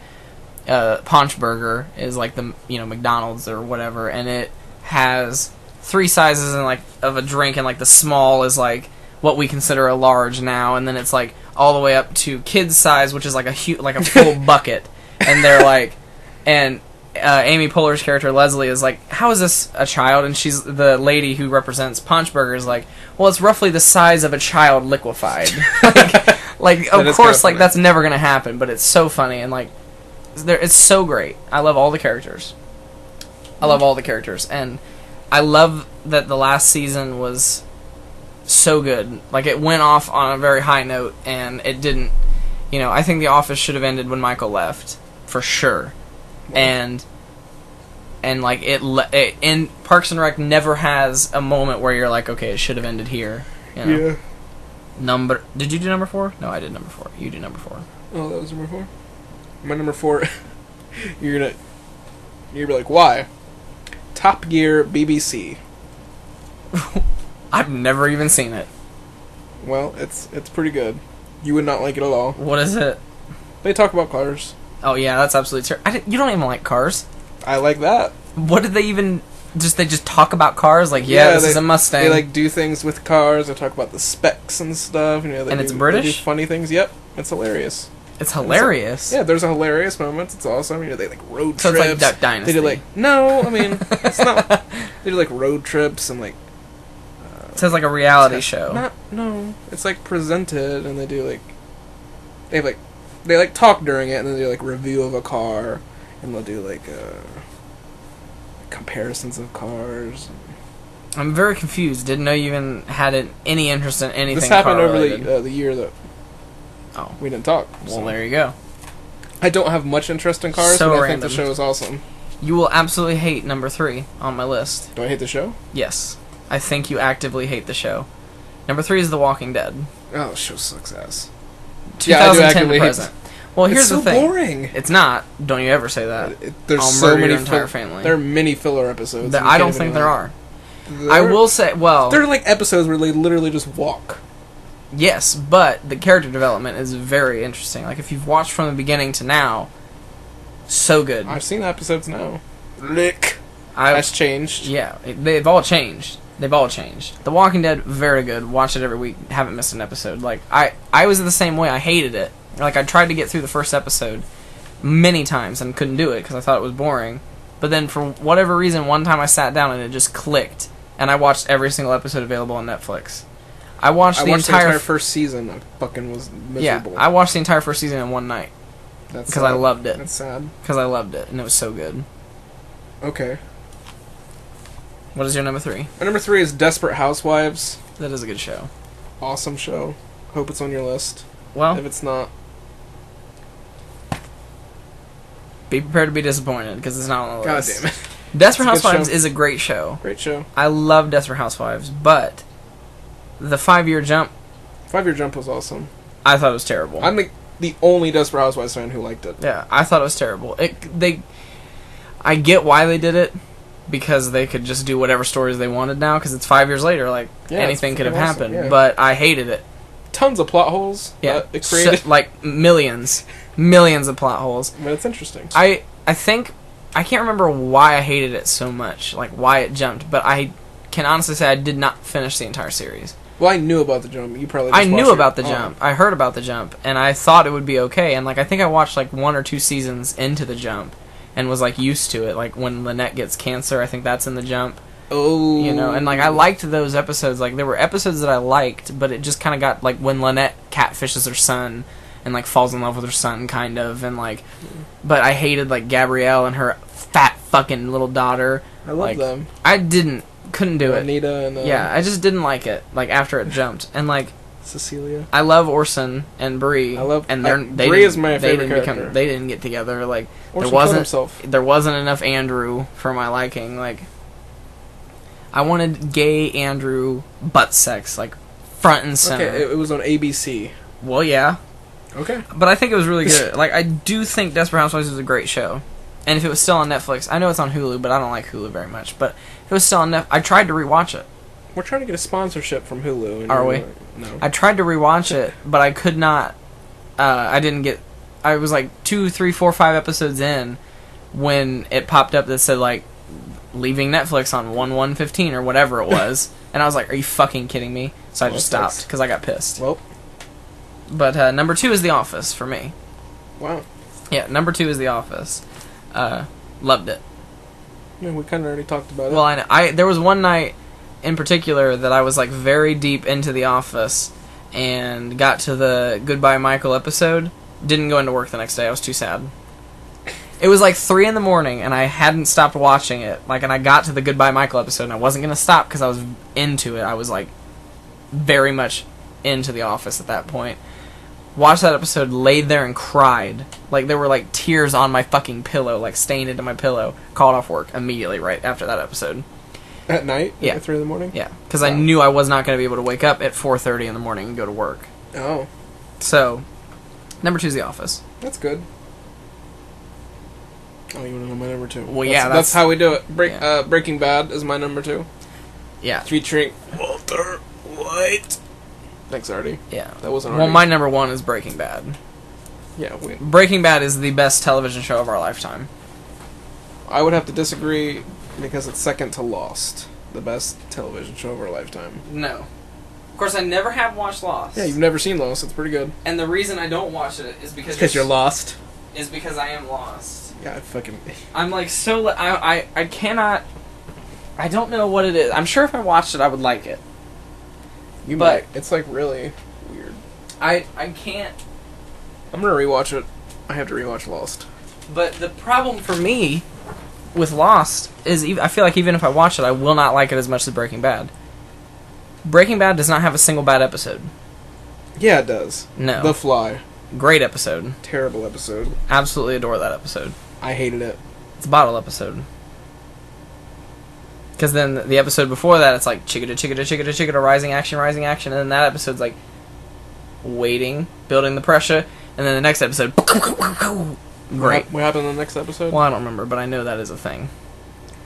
Speaker 4: uh Paunch Burger is like the you know McDonald's or whatever and it has three sizes and like of a drink and like the small is like what we consider a large now and then it's like all the way up to kids size which is like a huge like a full bucket and they're like and uh, Amy Poehler's character Leslie is like, "How is this a child?" And she's the lady who represents Punchburger is like, "Well, it's roughly the size of a child liquefied." like, like
Speaker 3: That
Speaker 4: of
Speaker 3: is
Speaker 4: course,
Speaker 3: kinda
Speaker 4: like
Speaker 3: funny.
Speaker 4: that's never gonna happen, but it's so funny and like, there it's so great. I love all the characters. I
Speaker 3: Mm-hmm.
Speaker 4: love all the characters, and I love that the last season was so good. Like it went off on a very high note, and it didn't. You know, I think The Office should have ended when Michael left, for sure. And and like it, le- it in Parks and Rec never has a moment where you're like, okay, it should have ended here. You know?
Speaker 3: Yeah.
Speaker 4: Number? Did you do number four? No, I did number four. You did number four.
Speaker 3: Oh, that was number four. My number four. you're gonna. You're gonna be like, why? Top Gear BBC.
Speaker 4: I've never even seen it.
Speaker 3: Well, it's it's pretty good. You would not like it at all.
Speaker 4: What is it?
Speaker 3: They talk about cars.
Speaker 4: Oh yeah, that's absolutely true. I didn't- you don't even like cars.
Speaker 3: I like that.
Speaker 4: What did they even? Just they just talk about cars like yeah, this
Speaker 3: they,
Speaker 4: is a Mustang.
Speaker 3: They like do things with cars. They talk about the specs and stuff. You know, they
Speaker 4: And
Speaker 3: do,
Speaker 4: it's
Speaker 3: they do
Speaker 4: British?
Speaker 3: funny things. Yep, it's hilarious.
Speaker 4: it's hilarious.
Speaker 3: Yeah, there's a hilarious moments. It's awesome. You know, they like road
Speaker 4: So it's
Speaker 3: trips.
Speaker 4: like Duck Dynasty.
Speaker 3: They do like no, I mean it's not. They do like road trips and like
Speaker 4: It says like a reality
Speaker 3: It's
Speaker 4: show.
Speaker 3: got- Not no. It's like presented, and they do like they have, like they like talk during it, and then they do like review of a car, and they'll do like uh, comparisons of cars.
Speaker 4: I'm very confused. Didn't know you even had an, any interest in anything.
Speaker 3: This happened over
Speaker 4: car-related.
Speaker 3: the, uh, the year that
Speaker 4: Oh.
Speaker 3: we didn't talk. so.
Speaker 4: Well, there you go.
Speaker 3: I don't have much interest in cars,
Speaker 4: So
Speaker 3: but I
Speaker 4: random.
Speaker 3: think the show is awesome.
Speaker 4: You will absolutely hate number three on my list.
Speaker 3: Do I hate the show?
Speaker 4: Yes, I think you actively hate the show. Number three is The Walking Dead.
Speaker 3: Oh, the show sucks ass. Yeah, I do
Speaker 4: 2010
Speaker 3: actively
Speaker 4: to
Speaker 3: hate
Speaker 4: present. Well, here's
Speaker 3: it's so
Speaker 4: the thing.
Speaker 3: boring.
Speaker 4: It's not. Don't you ever say that.
Speaker 3: It- there's
Speaker 4: I'll
Speaker 3: so
Speaker 4: murder
Speaker 3: many
Speaker 4: your
Speaker 3: fill-
Speaker 4: entire family.
Speaker 3: There are many filler episodes.
Speaker 4: That
Speaker 3: and you
Speaker 4: I
Speaker 3: can't
Speaker 4: don't
Speaker 3: even
Speaker 4: think there
Speaker 3: like-
Speaker 4: are. I will say, well,
Speaker 3: There are like episodes where they literally just walk.
Speaker 4: yes, but the character development is very interesting. Like if you've watched from the beginning to now, so good.
Speaker 3: I've seen episodes now. Lick.
Speaker 4: I,
Speaker 3: That's changed.
Speaker 4: yeah, it- they've all changed. They've all changed. The Walking Dead, very good. Watch it every week. Haven't missed an episode. Like I, I was the same way. I hated it. Like I tried to get through the first episode many times and couldn't do it because I thought it was boring. But then for whatever reason, one time I sat down and it just clicked, and I watched every single episode available on Netflix. I watched,
Speaker 3: I
Speaker 4: the,
Speaker 3: watched
Speaker 4: entire
Speaker 3: the entire
Speaker 4: f-
Speaker 3: first season. I fucking was
Speaker 4: yeah.
Speaker 3: miserable.
Speaker 4: I watched the entire first season in one night
Speaker 3: That's
Speaker 4: because I
Speaker 3: sad.
Speaker 4: loved it
Speaker 3: That's sad.
Speaker 4: because I loved it and it was so good.
Speaker 3: Okay.
Speaker 4: What is your number three?
Speaker 3: My number three is Desperate Housewives.
Speaker 4: That is a good show.
Speaker 3: Awesome show. Hope it's on your list.
Speaker 4: Well,
Speaker 3: If it's not,
Speaker 4: be prepared to be disappointed because it's not on the
Speaker 3: god
Speaker 4: list.
Speaker 3: damn it.
Speaker 4: Desperate
Speaker 3: It's a good
Speaker 4: Housewives
Speaker 3: show.
Speaker 4: is a great show.
Speaker 3: Great show.
Speaker 4: I love Desperate Housewives, but the five year jump,
Speaker 3: Five Year Jump was awesome.
Speaker 4: I thought it was terrible.
Speaker 3: I'm the the only Desperate Housewives fan who liked it.
Speaker 4: yeah, I thought it was terrible. It they, I get why they did it because they could just do whatever stories they wanted now because it's five years later. Like
Speaker 3: Yeah, it's
Speaker 4: anything could have
Speaker 3: freaking awesome,
Speaker 4: happened,
Speaker 3: yeah.
Speaker 4: but I hated it.
Speaker 3: Tons of plot holes.
Speaker 4: Yeah,
Speaker 3: that it
Speaker 4: So-
Speaker 3: created,
Speaker 4: like millions, millions of plot holes.
Speaker 3: but it's interesting.
Speaker 4: I I think I can't remember why I hated it so much, like why it jumped, but I can honestly say I did not finish the entire series.
Speaker 3: well, I knew about the jump. You probably. Just
Speaker 4: I knew
Speaker 3: watched it.
Speaker 4: about the
Speaker 3: Oh.
Speaker 4: jump. I heard about the jump and I thought it would be okay and like I think I watched like one or two seasons into the jump and was like used to it like when Lynette gets cancer, I think that's in the jump,
Speaker 3: Oh,
Speaker 4: you know, and like I liked those episodes. Like there were episodes that I liked, but it just kind of got like when Lynette catfishes her son and like falls in love with her son kind of and like but I hated like Gabrielle and her fat fucking little daughter.
Speaker 3: I love
Speaker 4: like,
Speaker 3: them.
Speaker 4: I didn't couldn't do it.
Speaker 3: Anita and uh,
Speaker 4: Yeah, I just didn't like it. Like after it jumped, and like
Speaker 3: Cecilia.
Speaker 4: I love Orson and Bree.
Speaker 3: I love-
Speaker 4: and they're
Speaker 3: I-
Speaker 4: they
Speaker 3: Bree
Speaker 4: didn't-
Speaker 3: is my
Speaker 4: they
Speaker 3: favorite
Speaker 4: didn't
Speaker 3: character.
Speaker 4: they didn't get together. Like
Speaker 3: Or she
Speaker 4: there
Speaker 3: killed
Speaker 4: wasn't
Speaker 3: herself.
Speaker 4: there wasn't enough Andrew for my liking. Like I wanted gay Andrew butt sex like front and center.
Speaker 3: Okay, it, it was on ABC.
Speaker 4: well, yeah,
Speaker 3: Okay,
Speaker 4: but I think it was really good. like I do think Desperate Housewives was a great show. And if it was still on Netflix, I know it's on Hulu, but I don't like Hulu very much. But if it was still on Netflix, I tried to rewatch it.
Speaker 3: we're trying to get a sponsorship from Hulu. And
Speaker 4: Are
Speaker 3: you're
Speaker 4: we?
Speaker 3: like, No.
Speaker 4: I tried to rewatch it, but I could not. Uh, I didn't get. I was like two, three, four, five episodes in when it popped up that said like leaving Netflix on one one fifteen or whatever it was, and I was like, "Are you fucking kidding me?" So I
Speaker 3: Well,
Speaker 4: just
Speaker 3: that sucks.
Speaker 4: stopped because I got pissed.
Speaker 3: well,
Speaker 4: But uh, number two is The Office for me.
Speaker 3: wow.
Speaker 4: Yeah, number two is The Office. Uh, loved it.
Speaker 3: Yeah, we kind of already talked about
Speaker 4: Well,
Speaker 3: it.
Speaker 4: I, know. I there was one night in particular that I was like very deep into the office and got to the goodbye Michael episode. Didn't go into work the next day. I was too sad. It was like three in the morning, and I hadn't stopped watching it. Like, and I got to the goodbye Michael episode, and I wasn't gonna stop because I was into it. I was like very much into the office at that point. Watched that episode, laid there and cried. Like there were like tears on my fucking pillow, like stained into my pillow. Called off work immediately right after that episode.
Speaker 3: At night,
Speaker 4: Yeah.
Speaker 3: at three in the morning.
Speaker 4: Yeah, because I
Speaker 3: Wow.
Speaker 4: knew I was not going to be able to wake up at 4:30 in the morning and go to work.
Speaker 3: Oh,
Speaker 4: So, number two is The Office.
Speaker 3: that's good. Oh, you want to know my number two?
Speaker 4: Well,
Speaker 3: that's,
Speaker 4: yeah, that's-
Speaker 3: that's, how we do it. Break,
Speaker 4: yeah.
Speaker 3: uh, Breaking Bad is my number two,
Speaker 4: Yeah,
Speaker 3: featuring Walter White. Thanks, Artie.
Speaker 4: yeah.
Speaker 3: That wasn't
Speaker 4: Well,
Speaker 3: Artie.
Speaker 4: my number one is Breaking Bad.
Speaker 3: Yeah, we,
Speaker 4: Breaking Bad is the best television show of our lifetime.
Speaker 3: I would have to disagree because it's second to Lost, the best television show of our lifetime.
Speaker 4: No, of course I never have watched Lost.
Speaker 3: Yeah, you've never seen Lost. It's pretty good.
Speaker 4: and the reason I don't watch it is because
Speaker 3: lost.
Speaker 4: is because I am lost.
Speaker 3: Yeah, I fucking.
Speaker 4: I'm like so. Li- I, I I cannot. I don't know what it is. I'm sure if I watched it, I would like it.
Speaker 3: You
Speaker 4: But-
Speaker 3: might. It's like really weird.
Speaker 4: I I can't.
Speaker 3: I'm gonna rewatch it. I have to rewatch Lost.
Speaker 4: But the problem for me with Lost is ev- I feel like even if I watch it, I will not like it as much as Breaking Bad. Breaking Bad does not have a single bad episode.
Speaker 3: Yeah, it does.
Speaker 4: No,
Speaker 3: The Fly,
Speaker 4: great episode.
Speaker 3: terrible episode.
Speaker 4: Absolutely adore that episode.
Speaker 3: I hated it.
Speaker 4: It's a bottle episode. Because then the episode before that, it's like chickada, chickada, chickada, chickada, rising action, rising action, and then that episode's like waiting, building the pressure, and then the next episode,
Speaker 3: What,
Speaker 4: great.
Speaker 3: what happened in the next episode?
Speaker 4: Well, I don't remember, but I know that is a thing.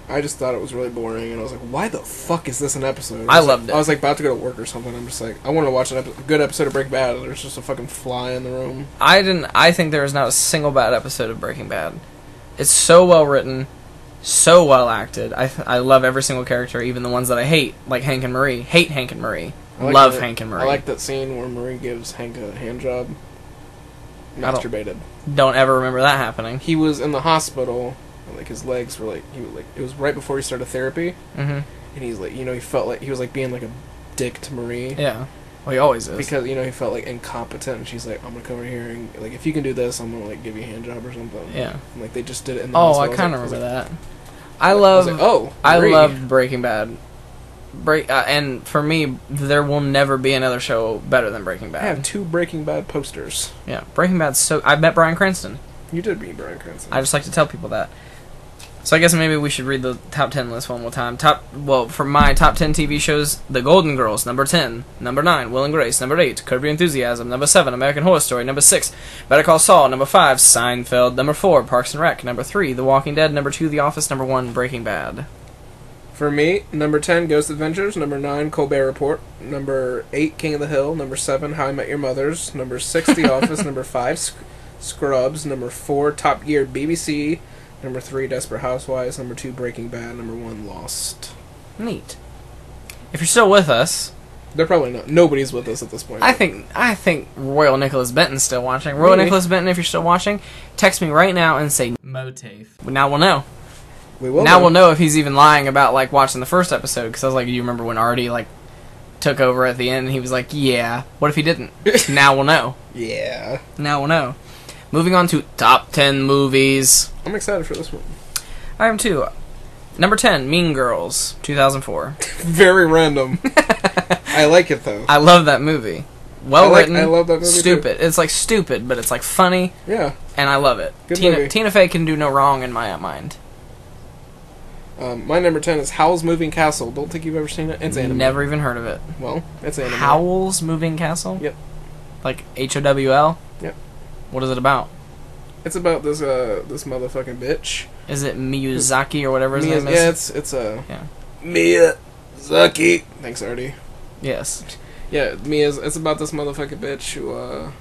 Speaker 3: I just thought it was really boring, and I was like, "Why the fuck is this an episode?"
Speaker 4: I
Speaker 3: was like-
Speaker 4: loved it.
Speaker 3: I was like about to go to work or something. I'm just like, I want to watch an epi- good episode of Breaking Bad. and There's just a fucking fly in the room.
Speaker 4: I didn't. I think there is not a single bad episode of Breaking Bad. It's so well written, so well acted. I th- I love every single character, even the ones that I hate, like Hank and Marie. Hate Hank and Marie.
Speaker 3: I like
Speaker 4: love
Speaker 3: that-
Speaker 4: Hank and Marie.
Speaker 3: I like that scene where Marie gives Hank a hand job.
Speaker 4: don't-
Speaker 3: Masturbated.
Speaker 4: Don't ever remember that happening.
Speaker 3: He was in the hospital. and, Like his legs were like he was like it was right before he started therapy,
Speaker 4: hmm
Speaker 3: and he's like you know he felt like he was like being like a dick to Marie.
Speaker 4: Yeah. Well, he always is.
Speaker 3: Because you know he felt like incompetent, and she's like, "I'm gonna come over here and like if you can do this, I'm gonna like give you a hand job or something."
Speaker 4: yeah.
Speaker 3: And, like they just did it in the
Speaker 4: Oh, I
Speaker 3: hospital. was
Speaker 4: kind
Speaker 3: like-
Speaker 4: of
Speaker 3: was
Speaker 4: remember
Speaker 3: like,
Speaker 4: that. I
Speaker 3: I was
Speaker 4: love.
Speaker 3: like, oh,
Speaker 4: I
Speaker 3: Marie.
Speaker 4: loved Breaking Bad. Break uh, and for me, there will never be another show better than Breaking
Speaker 3: I have
Speaker 4: Bad.
Speaker 3: two Breaking Bad posters.
Speaker 4: Yeah, Breaking Bad's so. I met Brian Cranston.
Speaker 3: You did meet Brian Cranston.
Speaker 4: I just like to tell people that. So I guess maybe we should read the top ten list one more time. Top well, for my top ten TV shows: The Golden Girls, number ten; number nine, Will and Grace; number eight, Curb Your Enthusiasm; number seven, American Horror Story; number six, Better Call Saul; number five, Seinfeld; number four, Parks and Rec; number three, The Walking Dead; number two, The Office; number one, Breaking Bad.
Speaker 3: For me, number ten, Ghost Adventures. Number nine, Colbert Report. Number eight, King of the Hill. Number seven, How I Met Your Mother's. Number six, The Office. Number five, Sc- Scrubs. Number four, Top Gear, BBC. Number three, Desperate Housewives. Number two, Breaking Bad. Number one, Lost.
Speaker 4: Neat. If you're still with us,
Speaker 3: They're probably not. Nobody's with us at this point.
Speaker 4: I think I think Royal Nicholas Benton's still watching. Royal
Speaker 3: Maybe.
Speaker 4: Nicholas Benton, if you're still watching, text me right now and say motif. Now we'll know.
Speaker 3: we will.
Speaker 4: now
Speaker 3: know.
Speaker 4: we'll know if he's even lying about like watching the first episode because I was like, do you remember when Artie like took over at the end? And he was like, yeah. What if he didn't? now we'll know.
Speaker 3: Yeah,
Speaker 4: Now we'll know. Moving on to top ten movies.
Speaker 3: I'm excited for this one.
Speaker 4: I am too. Number ten, Mean Girls, 2004.
Speaker 3: Very random. I like it though.
Speaker 4: I love that movie. Well
Speaker 3: I like-
Speaker 4: written.
Speaker 3: I love that movie, too.
Speaker 4: Stupid. It's like stupid, but it's like funny,
Speaker 3: Yeah.
Speaker 4: and I love it.
Speaker 3: Good
Speaker 4: Tina
Speaker 3: movie.
Speaker 4: Tina Fey can do no wrong in my mind.
Speaker 3: Um, my number ten is Howl's Moving Castle. Don't think you've ever seen it. It's anime.
Speaker 4: Never even heard of it.
Speaker 3: Well, it's anime.
Speaker 4: Howl's Moving Castle.
Speaker 3: Yep.
Speaker 4: Like H O W L.
Speaker 3: Yep.
Speaker 4: What is it about?
Speaker 3: It's about this uh this motherfucking bitch.
Speaker 4: Is it Miyazaki or whatever his
Speaker 3: Mia-
Speaker 4: name is?
Speaker 3: yeah, it's it's a
Speaker 4: Yeah.
Speaker 3: Mia Zucky. Thanks, Artie.
Speaker 4: Yes.
Speaker 3: Yeah, Mia's. It's about this motherfucking bitch who uh.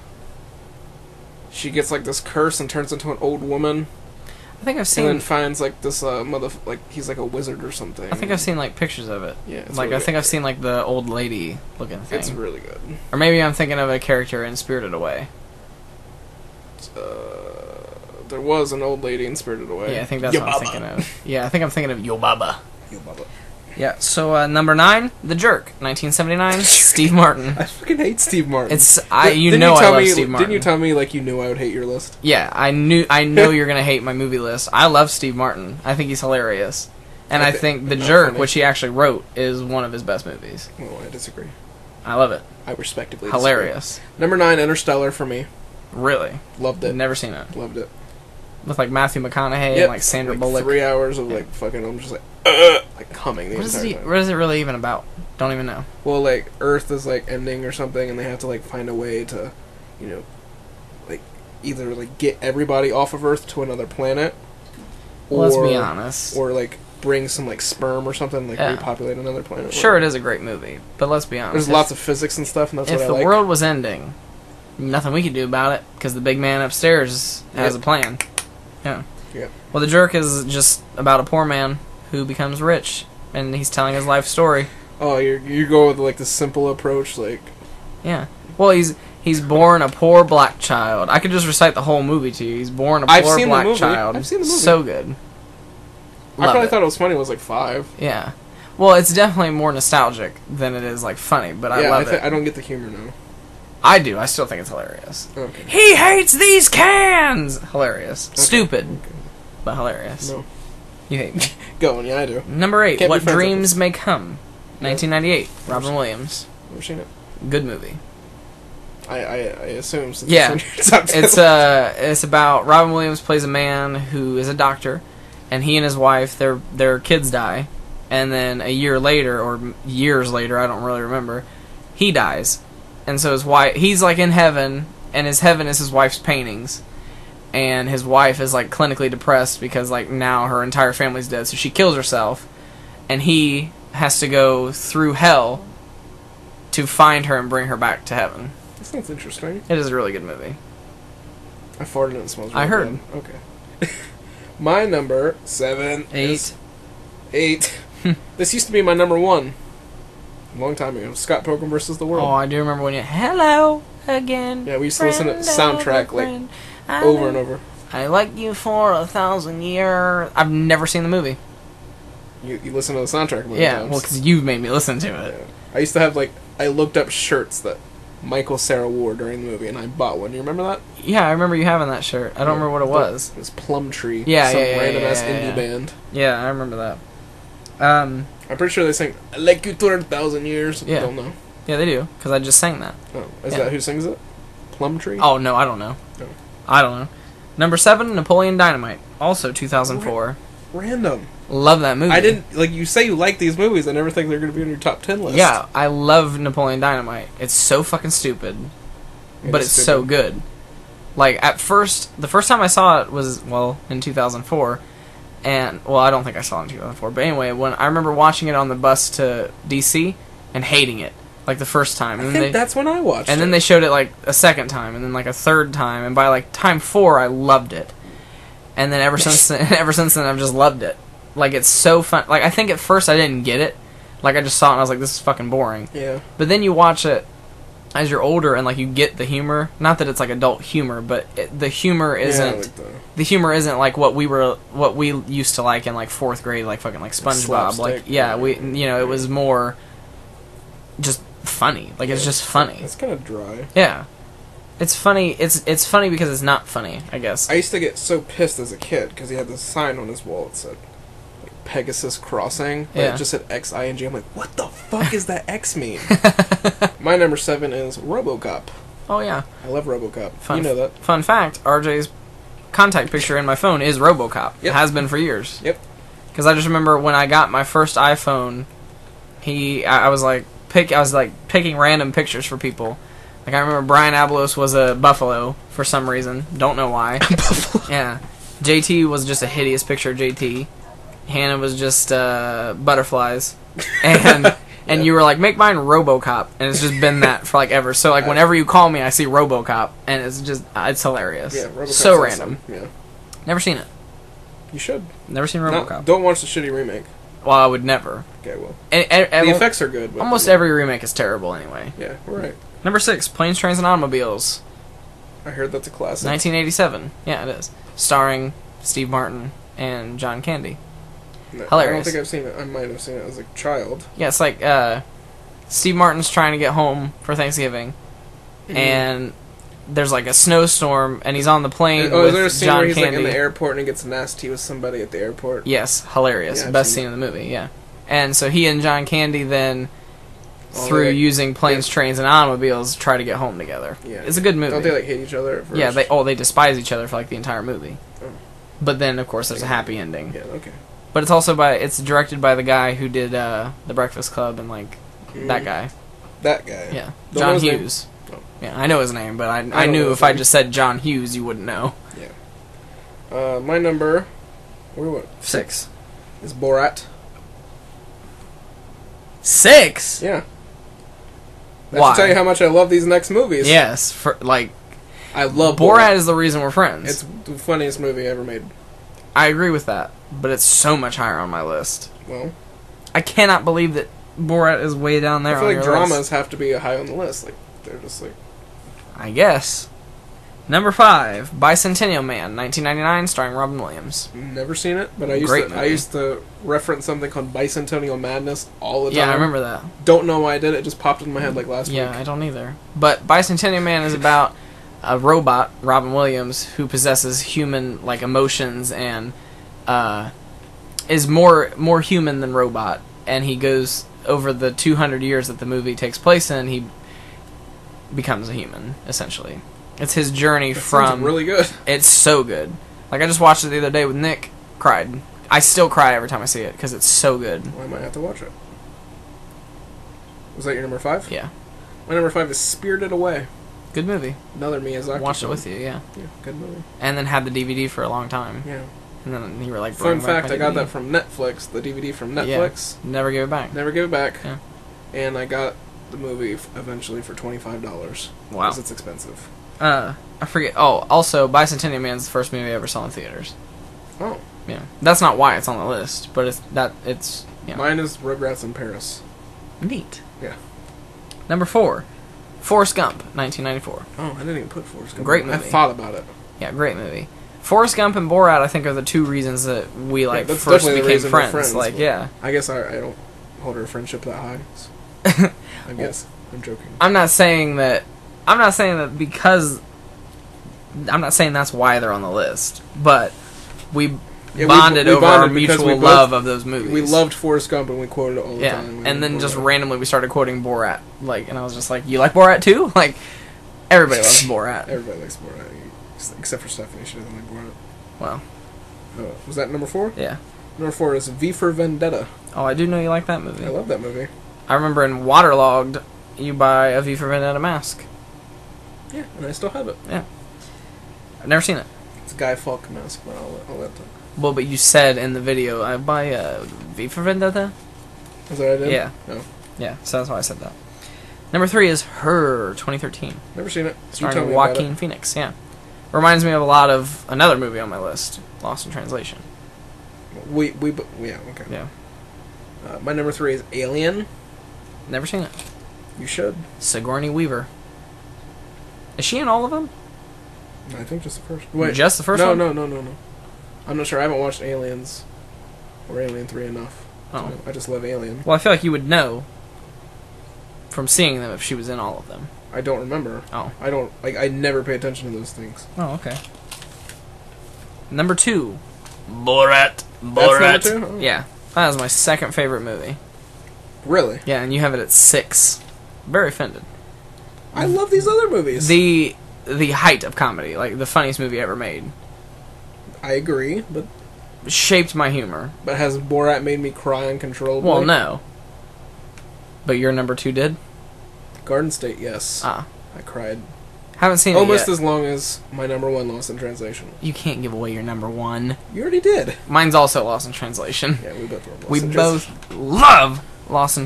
Speaker 3: She gets like this curse and turns into an old woman,
Speaker 4: I think I've seen.
Speaker 3: and then finds like this uh mother like he's like a wizard or something.
Speaker 4: I think I've seen like pictures of it.
Speaker 3: Yeah, it's
Speaker 4: like
Speaker 3: really
Speaker 4: I think
Speaker 3: good.
Speaker 4: I've seen like the old lady looking thing,
Speaker 3: It's really good.
Speaker 4: or maybe I'm thinking of a character in Spirited Away.
Speaker 3: Uh, there was an old lady in Spirited Away.
Speaker 4: Yeah, I think that's
Speaker 1: Yo
Speaker 4: what I'm
Speaker 1: Baba.
Speaker 4: thinking of. Yeah, I think I'm thinking of Yo Baba.
Speaker 3: Yo, Bubba.
Speaker 4: Yeah. So uh, number nine, The Jerk, 1979, Steve Martin.
Speaker 3: I fucking hate Steve Martin.
Speaker 4: It's I.
Speaker 3: Th-
Speaker 4: You
Speaker 3: didn't
Speaker 4: know I
Speaker 3: tell
Speaker 4: love
Speaker 3: me,
Speaker 4: Steve Martin.
Speaker 3: Didn't you tell me like you knew I would hate your list?
Speaker 4: yeah, I knew. I know you're gonna hate my movie list. I love Steve Martin. I think he's hilarious, and
Speaker 3: I
Speaker 4: I
Speaker 3: thi-
Speaker 4: think The
Speaker 3: that's
Speaker 4: Jerk,
Speaker 3: funny.
Speaker 4: which he actually wrote, is one of his best movies.
Speaker 3: Well, I disagree.
Speaker 4: I love it.
Speaker 3: I respectively disagree.
Speaker 4: Hilarious.
Speaker 3: Number nine, Interstellar for me.
Speaker 4: Really.
Speaker 3: Loved it.
Speaker 4: Never seen it.
Speaker 3: Loved it.
Speaker 4: With like Matthew McConaughey and
Speaker 3: Yep.
Speaker 4: like Sandra
Speaker 3: Like,
Speaker 4: Bullock.
Speaker 3: Three hours of like fucking. I'm just like, uh, like humming the
Speaker 4: What is,
Speaker 3: entire
Speaker 4: he,
Speaker 3: time.
Speaker 4: what is it really even about? Don't even know.
Speaker 3: Well, like Earth is like ending or something, and they have to like find a way to, you know, like either like get everybody off of Earth to another planet,
Speaker 4: Let's be honest.
Speaker 3: or like bring some like sperm or something like
Speaker 4: Yeah.
Speaker 3: repopulate another planet.
Speaker 4: sure, it is a great movie, but let's be honest.
Speaker 3: There's lots of physics and stuff, and that's
Speaker 4: If, if
Speaker 3: what I
Speaker 4: the
Speaker 3: like.
Speaker 4: world was ending, nothing we could do about it because the big man upstairs has
Speaker 3: Yep.
Speaker 4: a plan. Yeah.
Speaker 3: Yep.
Speaker 4: Well, the jerk is just about a poor man who becomes rich, and he's telling his life story.
Speaker 3: oh, you you go with like the simple approach, like
Speaker 4: Yeah. Well, he's he's born a poor black child. I could just recite the whole movie to you. He's born a poor
Speaker 3: I've seen the
Speaker 4: black
Speaker 3: movie.
Speaker 4: child.
Speaker 3: I've seen the movie.
Speaker 4: So good.
Speaker 3: I
Speaker 4: Love
Speaker 3: probably
Speaker 4: it.
Speaker 3: thought it was funny. when I was like five.
Speaker 4: Yeah. Well, it's definitely more nostalgic than it is like funny, but I
Speaker 3: yeah,
Speaker 4: love
Speaker 3: I, thi-
Speaker 4: it.
Speaker 3: I don't get the humor now.
Speaker 4: I do. I still think it's hilarious.
Speaker 3: Okay.
Speaker 4: He hates these cans. Hilarious. Stupid, but hilarious.
Speaker 3: No.
Speaker 4: You think?
Speaker 3: Going, yeah, I do.
Speaker 4: Number 8
Speaker 3: Can't be
Speaker 4: What
Speaker 3: friends with
Speaker 4: Dreams May Come, 1998. Robin
Speaker 3: Never
Speaker 4: Williams.
Speaker 3: Never seen it.
Speaker 4: Good movie.
Speaker 3: I, I, I assume. Since
Speaker 4: Yeah.
Speaker 3: it's on
Speaker 4: It's
Speaker 3: film.
Speaker 4: uh, it's about Robin Williams plays a man who is a doctor, and he and his wife their their kids die, and then a year later or m- years later I don't really remember, he dies, and so his wife he's like in heaven, and his heaven is his wife's paintings, and his wife is like clinically depressed because like now her entire family's dead, so she kills herself, and he has to go through hell to find her and bring her back to heaven.
Speaker 3: This sounds interesting.
Speaker 4: It is a really good movie.
Speaker 3: I farted and it smells.
Speaker 4: I
Speaker 3: really
Speaker 4: heard.
Speaker 3: Good. Okay. my number seven is
Speaker 4: Eight.
Speaker 3: eight. this used to be my number one. A long time ago. Scott Pilgrim versus the World.
Speaker 4: Oh, I do remember when you hello again.
Speaker 3: Yeah, we used to listen to
Speaker 4: friend
Speaker 3: soundtrack,
Speaker 4: of a
Speaker 3: like,
Speaker 4: friend. I
Speaker 3: over and
Speaker 4: know
Speaker 3: over.
Speaker 4: I like you for a thousand years. I've never seen the movie.
Speaker 3: You, you listen to the soundtrack. Many
Speaker 4: yeah,
Speaker 3: times.
Speaker 4: well, because you made me listen to it.
Speaker 3: Yeah. I used to have like I looked up shirts that Michael Sarah wore during the movie, and I bought one. You remember that?
Speaker 4: Yeah, I remember you having that shirt. I don't remember what it was.
Speaker 3: It was Plum Tree.
Speaker 4: Yeah,
Speaker 3: some
Speaker 4: yeah, yeah,
Speaker 3: random
Speaker 4: yeah,
Speaker 3: ass
Speaker 4: yeah,
Speaker 3: indie
Speaker 4: yeah.
Speaker 3: band.
Speaker 4: Yeah, I remember that. Um,
Speaker 3: I'm pretty sure they sang "I like you two hundred thousand years."
Speaker 4: Yeah.
Speaker 3: don't know.
Speaker 4: yeah, they do because I just sang that.
Speaker 3: Oh, is
Speaker 4: Yeah.
Speaker 3: that who sings it? Plum Tree.
Speaker 4: Oh no, I don't know.
Speaker 3: No.
Speaker 4: I don't know. Number seven, Napoleon Dynamite, also 2004.
Speaker 3: random.
Speaker 4: Love that movie.
Speaker 3: I didn't like you say you like these movies. I never think they're going to be on your top ten list.
Speaker 4: Yeah, I love Napoleon Dynamite. It's so fucking stupid,
Speaker 3: It
Speaker 4: but
Speaker 3: is
Speaker 4: it's so good. Like at first, the first time I saw it was well in 2004, and well, I don't think I saw it in 2004, but anyway, when I remember watching it on the bus to DC and hating it like the first time,
Speaker 3: I
Speaker 4: and
Speaker 3: think
Speaker 4: then they
Speaker 3: that's when I watched.
Speaker 4: and then
Speaker 3: it.
Speaker 4: they showed it like a second time, and then like a third time, and by like time four, I loved it. And then ever since then, ever since then, I've just loved it. Like it's so fun. Like I think at first I didn't get it. Like I just saw it and I was like, this is fucking boring.
Speaker 3: yeah,
Speaker 4: But then you watch it as you're older and like you get the humor. Not that it's like adult humor, but it, the humor
Speaker 3: yeah,
Speaker 4: isn't
Speaker 3: like the
Speaker 4: the humor isn't like what we were what we used to like in like fourth grade, like fucking like SpongeBob. Like
Speaker 3: slapstick.
Speaker 4: yeah, we you know it was more just funny. Like it's
Speaker 3: Yeah.
Speaker 4: just funny.
Speaker 3: It's kind of dry.
Speaker 4: Yeah, it's funny. It's it's funny because it's not funny. I guess.
Speaker 3: I used to get so pissed as a kid because he had this sign on his wall that said like, Pegasus Crossing. But
Speaker 4: Yeah.
Speaker 3: It just said X I N G. I'm like, what the fuck is that X mean? My number seven is RoboCop.
Speaker 4: oh yeah.
Speaker 3: I love RoboCop.
Speaker 4: Fun.
Speaker 3: You know that.
Speaker 4: Fun fact: RJ's contact picture in my phone is RoboCop. It
Speaker 3: Yep.
Speaker 4: has been for years.
Speaker 3: Yep.
Speaker 4: Because I just remember when I got my first iPhone, he I, I was like pick I was like picking random pictures for people. Like I remember Brian Abelos was a buffalo for some reason. Don't know why. Yeah. JT was just a hideous picture of JT. Hannah was just uh, butterflies. And and you were like, make mine RoboCop, and it's just been that for like ever. So like whenever you call me, I see RoboCop, and it's just uh, it's hilarious.
Speaker 3: Yeah, RoboCop's
Speaker 4: so
Speaker 3: awesome.
Speaker 4: random.
Speaker 3: Yeah,
Speaker 4: Never seen it.
Speaker 3: you should.
Speaker 4: Never seen
Speaker 3: Not-
Speaker 4: RoboCop.
Speaker 3: don't watch the shitty remake.
Speaker 4: well, I would never.
Speaker 3: Okay, well,
Speaker 4: And, and- and
Speaker 3: the effects are good. But
Speaker 4: almost every remake is terrible anyway.
Speaker 3: Yeah, we're right.
Speaker 4: Number six, Planes, Trains, and Automobiles,
Speaker 3: I heard that's a classic.
Speaker 4: 1987. Yeah, it is. Starring Steve Martin and John Candy.
Speaker 3: No, I don't
Speaker 4: Hilarious.
Speaker 3: think I've seen it. I might have seen it as a child.
Speaker 4: Yeah, it's like uh, Steve Martin's trying to get home for Thanksgiving, and there's like a snowstorm, and he's on the plane
Speaker 3: oh,
Speaker 4: with
Speaker 3: is there a scene
Speaker 4: John
Speaker 3: where he's
Speaker 4: Candy.
Speaker 3: like in the airport and he gets nasty with somebody at the airport?
Speaker 4: Yes, hilarious,
Speaker 3: Yeah, I've
Speaker 4: best
Speaker 3: seen
Speaker 4: scene in the movie. Yeah, and so he and John Candy then.
Speaker 3: Oh,
Speaker 4: through
Speaker 3: they-
Speaker 4: using planes,
Speaker 3: yeah.
Speaker 4: trains, and automobiles, try to get home together.
Speaker 3: Yeah.
Speaker 4: It's a good movie.
Speaker 3: Don't they like hate each other? At first?
Speaker 4: Yeah, they oh they despise each other for like the entire movie.
Speaker 3: Oh.
Speaker 4: But then of course there's a happy ending.
Speaker 3: Yeah. Okay.
Speaker 4: But it's also by it's directed by the guy who did uh, The Breakfast Club and like that
Speaker 3: Mm.
Speaker 4: guy.
Speaker 3: That guy.
Speaker 4: Yeah.
Speaker 3: Don't know
Speaker 4: John
Speaker 3: his name.
Speaker 4: Hughes.
Speaker 3: Oh.
Speaker 4: Yeah, I know his name, but I, I,
Speaker 3: don't know
Speaker 4: knew
Speaker 3: his
Speaker 4: if I
Speaker 3: name.
Speaker 4: just said John Hughes you wouldn't know.
Speaker 3: Uh, my number. Where what
Speaker 4: Six.
Speaker 3: is Borat?
Speaker 4: Six.
Speaker 3: Yeah. That
Speaker 4: Why?
Speaker 3: should tell you how much I love these next movies.
Speaker 4: Yes, for like
Speaker 3: I love
Speaker 4: Borat
Speaker 3: Borat.
Speaker 4: is the reason we're friends.
Speaker 3: It's the funniest movie ever made.
Speaker 4: I agree with that, but it's so much higher on my list.
Speaker 3: Well,
Speaker 4: I cannot believe that Borat is way down there.
Speaker 3: I feel
Speaker 4: on
Speaker 3: like
Speaker 4: your list.
Speaker 3: dramas have to be high on the list. Like they're just like
Speaker 4: I guess. Number five, Bicentennial Man, 1999, starring Robin Williams.
Speaker 3: never seen it, but I used
Speaker 4: Great
Speaker 3: to I
Speaker 4: movie.
Speaker 3: used to reference something called Bicentennial Madness all the time.
Speaker 4: Yeah, I remember that.
Speaker 3: Don't know why I did it. It just popped in my head like last
Speaker 4: Yeah, I
Speaker 3: week.
Speaker 4: don't either. But Bicentennial Man is about a robot, Robin Williams, who possesses human like emotions and uh, is more more human than robot, and he goes over the 200 years that the movie takes place in. He becomes a human essentially. It's his journey
Speaker 3: That sounds
Speaker 4: from
Speaker 3: really good.
Speaker 4: it's so good. Like I just watched it the other day with Nick. Cried. I still cry every time I see it because it's so good.
Speaker 3: Well, I might have to watch it. Was that your number five?
Speaker 4: Yeah,
Speaker 3: My number five is Spirited Away.
Speaker 4: good movie.
Speaker 3: Another Miyazaki.
Speaker 4: Watched it with you, yeah.
Speaker 3: Yeah, good movie.
Speaker 4: And then had the DVD for a long time.
Speaker 3: Yeah.
Speaker 4: And then you were like,
Speaker 3: Fun
Speaker 4: bring back
Speaker 3: fact:
Speaker 4: my
Speaker 3: I got
Speaker 4: DVD.
Speaker 3: that from Netflix. The DVD from
Speaker 4: Yeah.
Speaker 3: Netflix.
Speaker 4: Never gave it back.
Speaker 3: Never gave it back.
Speaker 4: Yeah.
Speaker 3: And I got the movie f- eventually for twenty five dollars.
Speaker 4: Wow.
Speaker 3: it's expensive.
Speaker 4: Uh, I forget. Oh, also, Bicentennial Man's the first movie I ever saw in theaters.
Speaker 3: Oh,
Speaker 4: Yeah, that's not why it's on the list, but it's that it's yeah
Speaker 3: mine is Rugrats in Paris.
Speaker 4: neat.
Speaker 3: Yeah.
Speaker 4: Number four, Forrest Gump, 1994.
Speaker 3: Oh, I didn't even put Forrest Gump.
Speaker 4: Great
Speaker 3: on. I
Speaker 4: movie.
Speaker 3: thought about it.
Speaker 4: Yeah, great movie. Forrest Gump and Borat, I think, are the two reasons that we like
Speaker 3: that's
Speaker 4: first
Speaker 3: definitely the
Speaker 4: became
Speaker 3: reason we're
Speaker 4: friends.
Speaker 3: friends,
Speaker 4: Like,
Speaker 3: but-
Speaker 4: yeah,
Speaker 3: I guess I, I don't hold our friendship that high. so- I guess I'm joking.
Speaker 4: I'm not saying that. I'm not saying that because. I'm not saying that's why they're on the list, but we
Speaker 3: Yeah, we-
Speaker 4: bonded
Speaker 3: we
Speaker 4: over
Speaker 3: bonded
Speaker 4: our
Speaker 3: because
Speaker 4: mutual
Speaker 3: we both-
Speaker 4: love of those movies.
Speaker 3: We loved Forrest Gump and we quoted it all the
Speaker 4: Yeah,
Speaker 3: time. We
Speaker 4: and
Speaker 3: loved
Speaker 4: then just
Speaker 3: Borat.
Speaker 4: randomly we started quoting Borat, like, and I was just like, "You like Borat too?" Like, everybody loves Borat.
Speaker 3: Everybody likes Borat, ex- except for Stephanie. She doesn't like Borat.
Speaker 4: Well,
Speaker 3: Uh, was that number four?
Speaker 4: yeah.
Speaker 3: Number four is V for Vendetta.
Speaker 4: Oh, I do know you like that movie.
Speaker 3: I love that movie.
Speaker 4: I remember in Waterlogged, you buy a V for Vendetta mask.
Speaker 3: Yeah, and I still have it.
Speaker 4: I've never seen it.
Speaker 3: It's a Guy Falk mask, but I'll, I'll let them.
Speaker 4: Well, but you said in the video, "I buy a V for Vendetta."
Speaker 3: Is that what I did?
Speaker 4: Yeah.
Speaker 3: No,
Speaker 4: Yeah, so that's why I said that. Number three is Her, 2013,
Speaker 3: never seen it. You tell
Speaker 4: starring
Speaker 3: me about
Speaker 4: Joaquin
Speaker 3: it.
Speaker 4: Phoenix. Yeah, reminds me of a lot of another movie on my list, Lost in Translation.
Speaker 3: We we bu- yeah okay.
Speaker 4: Yeah,
Speaker 3: Uh, my number three is Alien.
Speaker 4: never seen it.
Speaker 3: You should.
Speaker 4: Sigourney Weaver. Is she in all of them?
Speaker 3: I think just the first.
Speaker 4: Just the first
Speaker 3: no,
Speaker 4: one?
Speaker 3: No, no, no, no. I'm not sure. I haven't watched Aliens or Alien Three enough.
Speaker 4: Oh.
Speaker 3: I just love Alien.
Speaker 4: Well, I feel like you would know from seeing them if she was in all of them.
Speaker 3: I don't remember.
Speaker 4: Oh.
Speaker 3: I don't like. I never pay attention to those things.
Speaker 4: Oh, okay. Number two.
Speaker 1: Borat,
Speaker 3: That's
Speaker 1: Borat.
Speaker 3: number two? Oh.
Speaker 4: Yeah. That was my second favorite movie.
Speaker 3: Really?
Speaker 4: Yeah, and you have it at six. Very offended.
Speaker 3: I love these other movies.
Speaker 4: The the height of comedy, like the funniest movie ever made.
Speaker 3: I agree, but
Speaker 4: Shaped my humor.
Speaker 3: but has Borat made me cry uncontrollably?
Speaker 4: Well, no. But your number two did?
Speaker 3: Garden State, yes.
Speaker 4: Ah.
Speaker 3: I cried
Speaker 4: Haven't seen
Speaker 3: almost
Speaker 4: it yet.
Speaker 3: as long as my number one Lost in Translation.
Speaker 4: you can't give away your number one.
Speaker 3: You already did.
Speaker 4: Mine's also Lost in Translation.
Speaker 3: Yeah, we both love Lost
Speaker 4: We
Speaker 3: in
Speaker 4: both love Lost in Translation.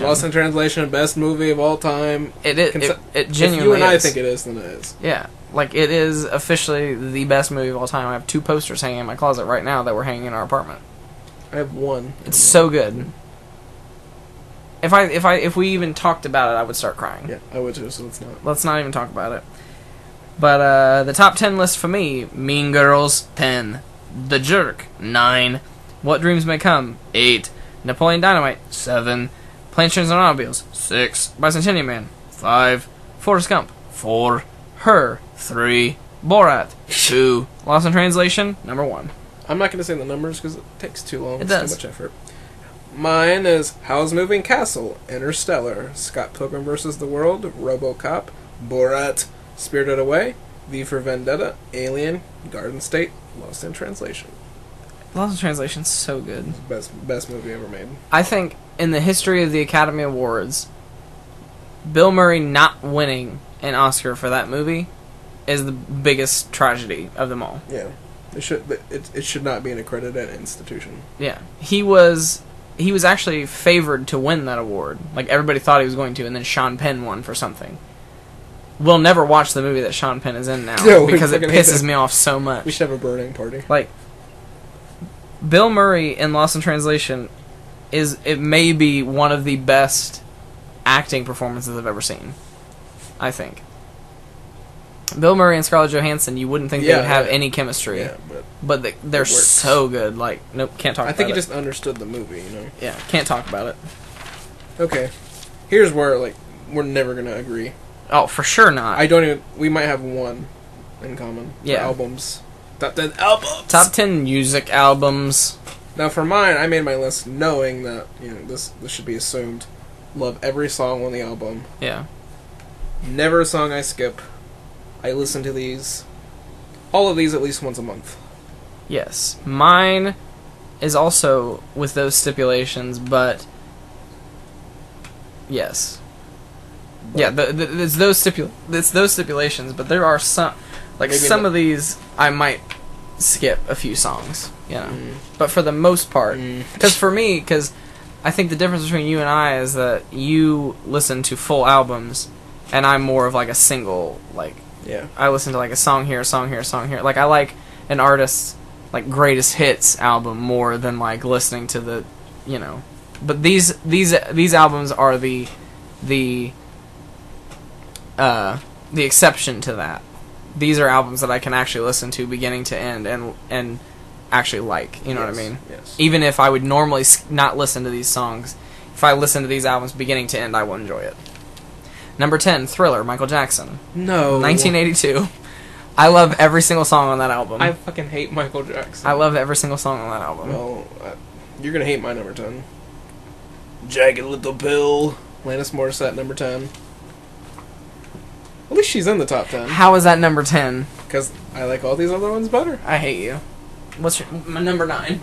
Speaker 3: Translation. Lost in Translation, best movie of all time.
Speaker 4: it, it,
Speaker 3: Consi-
Speaker 4: it, it
Speaker 3: Genuinely,
Speaker 4: genuinely
Speaker 3: if you and I
Speaker 4: is.
Speaker 3: think it is, then it is.
Speaker 4: Yeah, like it is officially the best movie of all time. I have two posters hanging in my closet right now that were hanging in our apartment.
Speaker 3: I have one.
Speaker 4: It's so good. If I if I if we even talked about it, I would start crying.
Speaker 3: Yeah, I would too. So it's not.
Speaker 4: Let's not even talk about it. But uh, the top ten list for me: Mean Girls, ten; The Jerk, nine; What Dreams May Come, eight; Napoleon Dynamite, seven; Planes, Trains, and Automobiles, six; Bicentennial Man, five; Forrest Gump, four; Her, three; Borat, two; Lost in Translation, number one.
Speaker 3: I'm not going to say the numbers because it takes too long.
Speaker 4: It
Speaker 3: It's
Speaker 4: does.
Speaker 3: Too much effort. Mine is How's Moving Castle, Interstellar, Scott Pilgrim vs. the World, RoboCop, Borat, Spirited Away, V for Vendetta, Alien, Garden State, Lost in Translation.
Speaker 4: Lost in Translation's so good.
Speaker 3: Best best movie ever made.
Speaker 4: I think in the history of the Academy Awards, Bill Murray not winning an Oscar for that movie is the biggest tragedy of them all.
Speaker 3: Yeah, it should it, it should not be an accredited institution.
Speaker 4: Yeah, he was he was actually favored to win that award. Like everybody thought he was going to, and then Sean Penn won for something. We'll never watch the movie that Sean Penn is in now
Speaker 3: No, we
Speaker 4: because it
Speaker 3: fucking hate
Speaker 4: pisses
Speaker 3: that.
Speaker 4: me off so much.
Speaker 3: We should have a burning party.
Speaker 4: Like Bill Murray in Lost in Translation is it may be one of the best acting performances I've ever seen. I think. Bill Murray and Scarlett Johansson, you wouldn't think
Speaker 3: Yeah,
Speaker 4: they would have
Speaker 3: yeah.
Speaker 4: any chemistry,
Speaker 3: Yeah, but
Speaker 4: but they, they're
Speaker 3: It works.
Speaker 4: so good. Like, nope, can't talk.
Speaker 3: I think
Speaker 4: about
Speaker 3: he
Speaker 4: it.
Speaker 3: just understood the movie. You know.
Speaker 4: yeah, can't talk about it.
Speaker 3: Okay, here's where like we're never gonna agree.
Speaker 4: Oh, for sure not.
Speaker 3: I don't even. We might have one in common. for
Speaker 4: Yeah.
Speaker 3: Albums. Top ten albums.
Speaker 4: Top ten music albums.
Speaker 3: Now for mine, I made my list knowing that you know this this should be assumed. Love every song on the album.
Speaker 4: Yeah.
Speaker 3: Never a song I skip. I listen to these, all of these at least once a month.
Speaker 4: Yes. Mine is also with those stipulations, but yes. Yeah, the, the, it's those stipula- it's those stipulations, but there are some like
Speaker 3: Maybe
Speaker 4: some
Speaker 3: the-
Speaker 4: of these I might skip a few songs, you know.
Speaker 3: Mm. Mm-hmm.
Speaker 4: But for the most part, cuz for me cuz I think the difference between you and I is that you listen to full albums and I'm more of like a single like
Speaker 3: Yeah.
Speaker 4: I listen to like a song here, a song here, a song here. Like I like an artist's like greatest hits album more than like listening to the, you know. But these these these albums are the the uh the exception to that. These are albums that I can actually listen to beginning to end and and actually like, you know what I mean?
Speaker 3: Yes.
Speaker 4: Even if I would normally s- not listen to these songs, if I listen to these albums beginning to end, I will enjoy it. Number 10, Thriller, Michael Jackson.
Speaker 3: No.
Speaker 4: 1982. I love every single song on that album.
Speaker 3: I
Speaker 4: i
Speaker 3: fucking hate Michael Jackson.
Speaker 4: love every single song on that album.
Speaker 3: Well, uh, you're gonna hate my number ten. Jagged Little Pill. Lannis Morissette number ten. At least she's in the top ten
Speaker 4: How is that number 10?
Speaker 3: because I like all these other ones better.
Speaker 4: I hate you. What's your, my number 9?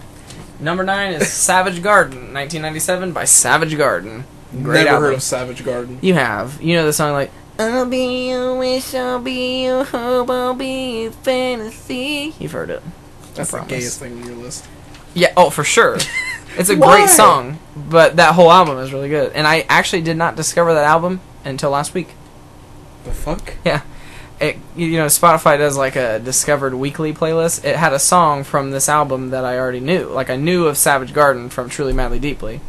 Speaker 4: Number 9 is Savage Garden, 1997 by Savage Garden. Great
Speaker 3: Never
Speaker 4: album.
Speaker 3: heard of Savage Garden.
Speaker 4: You have. You know the song like I'll be your wish, I'll be your hope, I'll be your fantasy. You've heard it.
Speaker 3: That's the
Speaker 4: promise.
Speaker 3: gayest thing on your list.
Speaker 4: Yeah, oh, for sure. It's a
Speaker 3: Why?
Speaker 4: great song, but that whole album is really good. And I actually did not discover that album until last week.
Speaker 3: The fuck?
Speaker 4: Yeah. It, you know, Spotify does like a discovered weekly playlist. It had a song from this album that I already knew. Like I knew of Savage Garden from Truly Madly Deeply.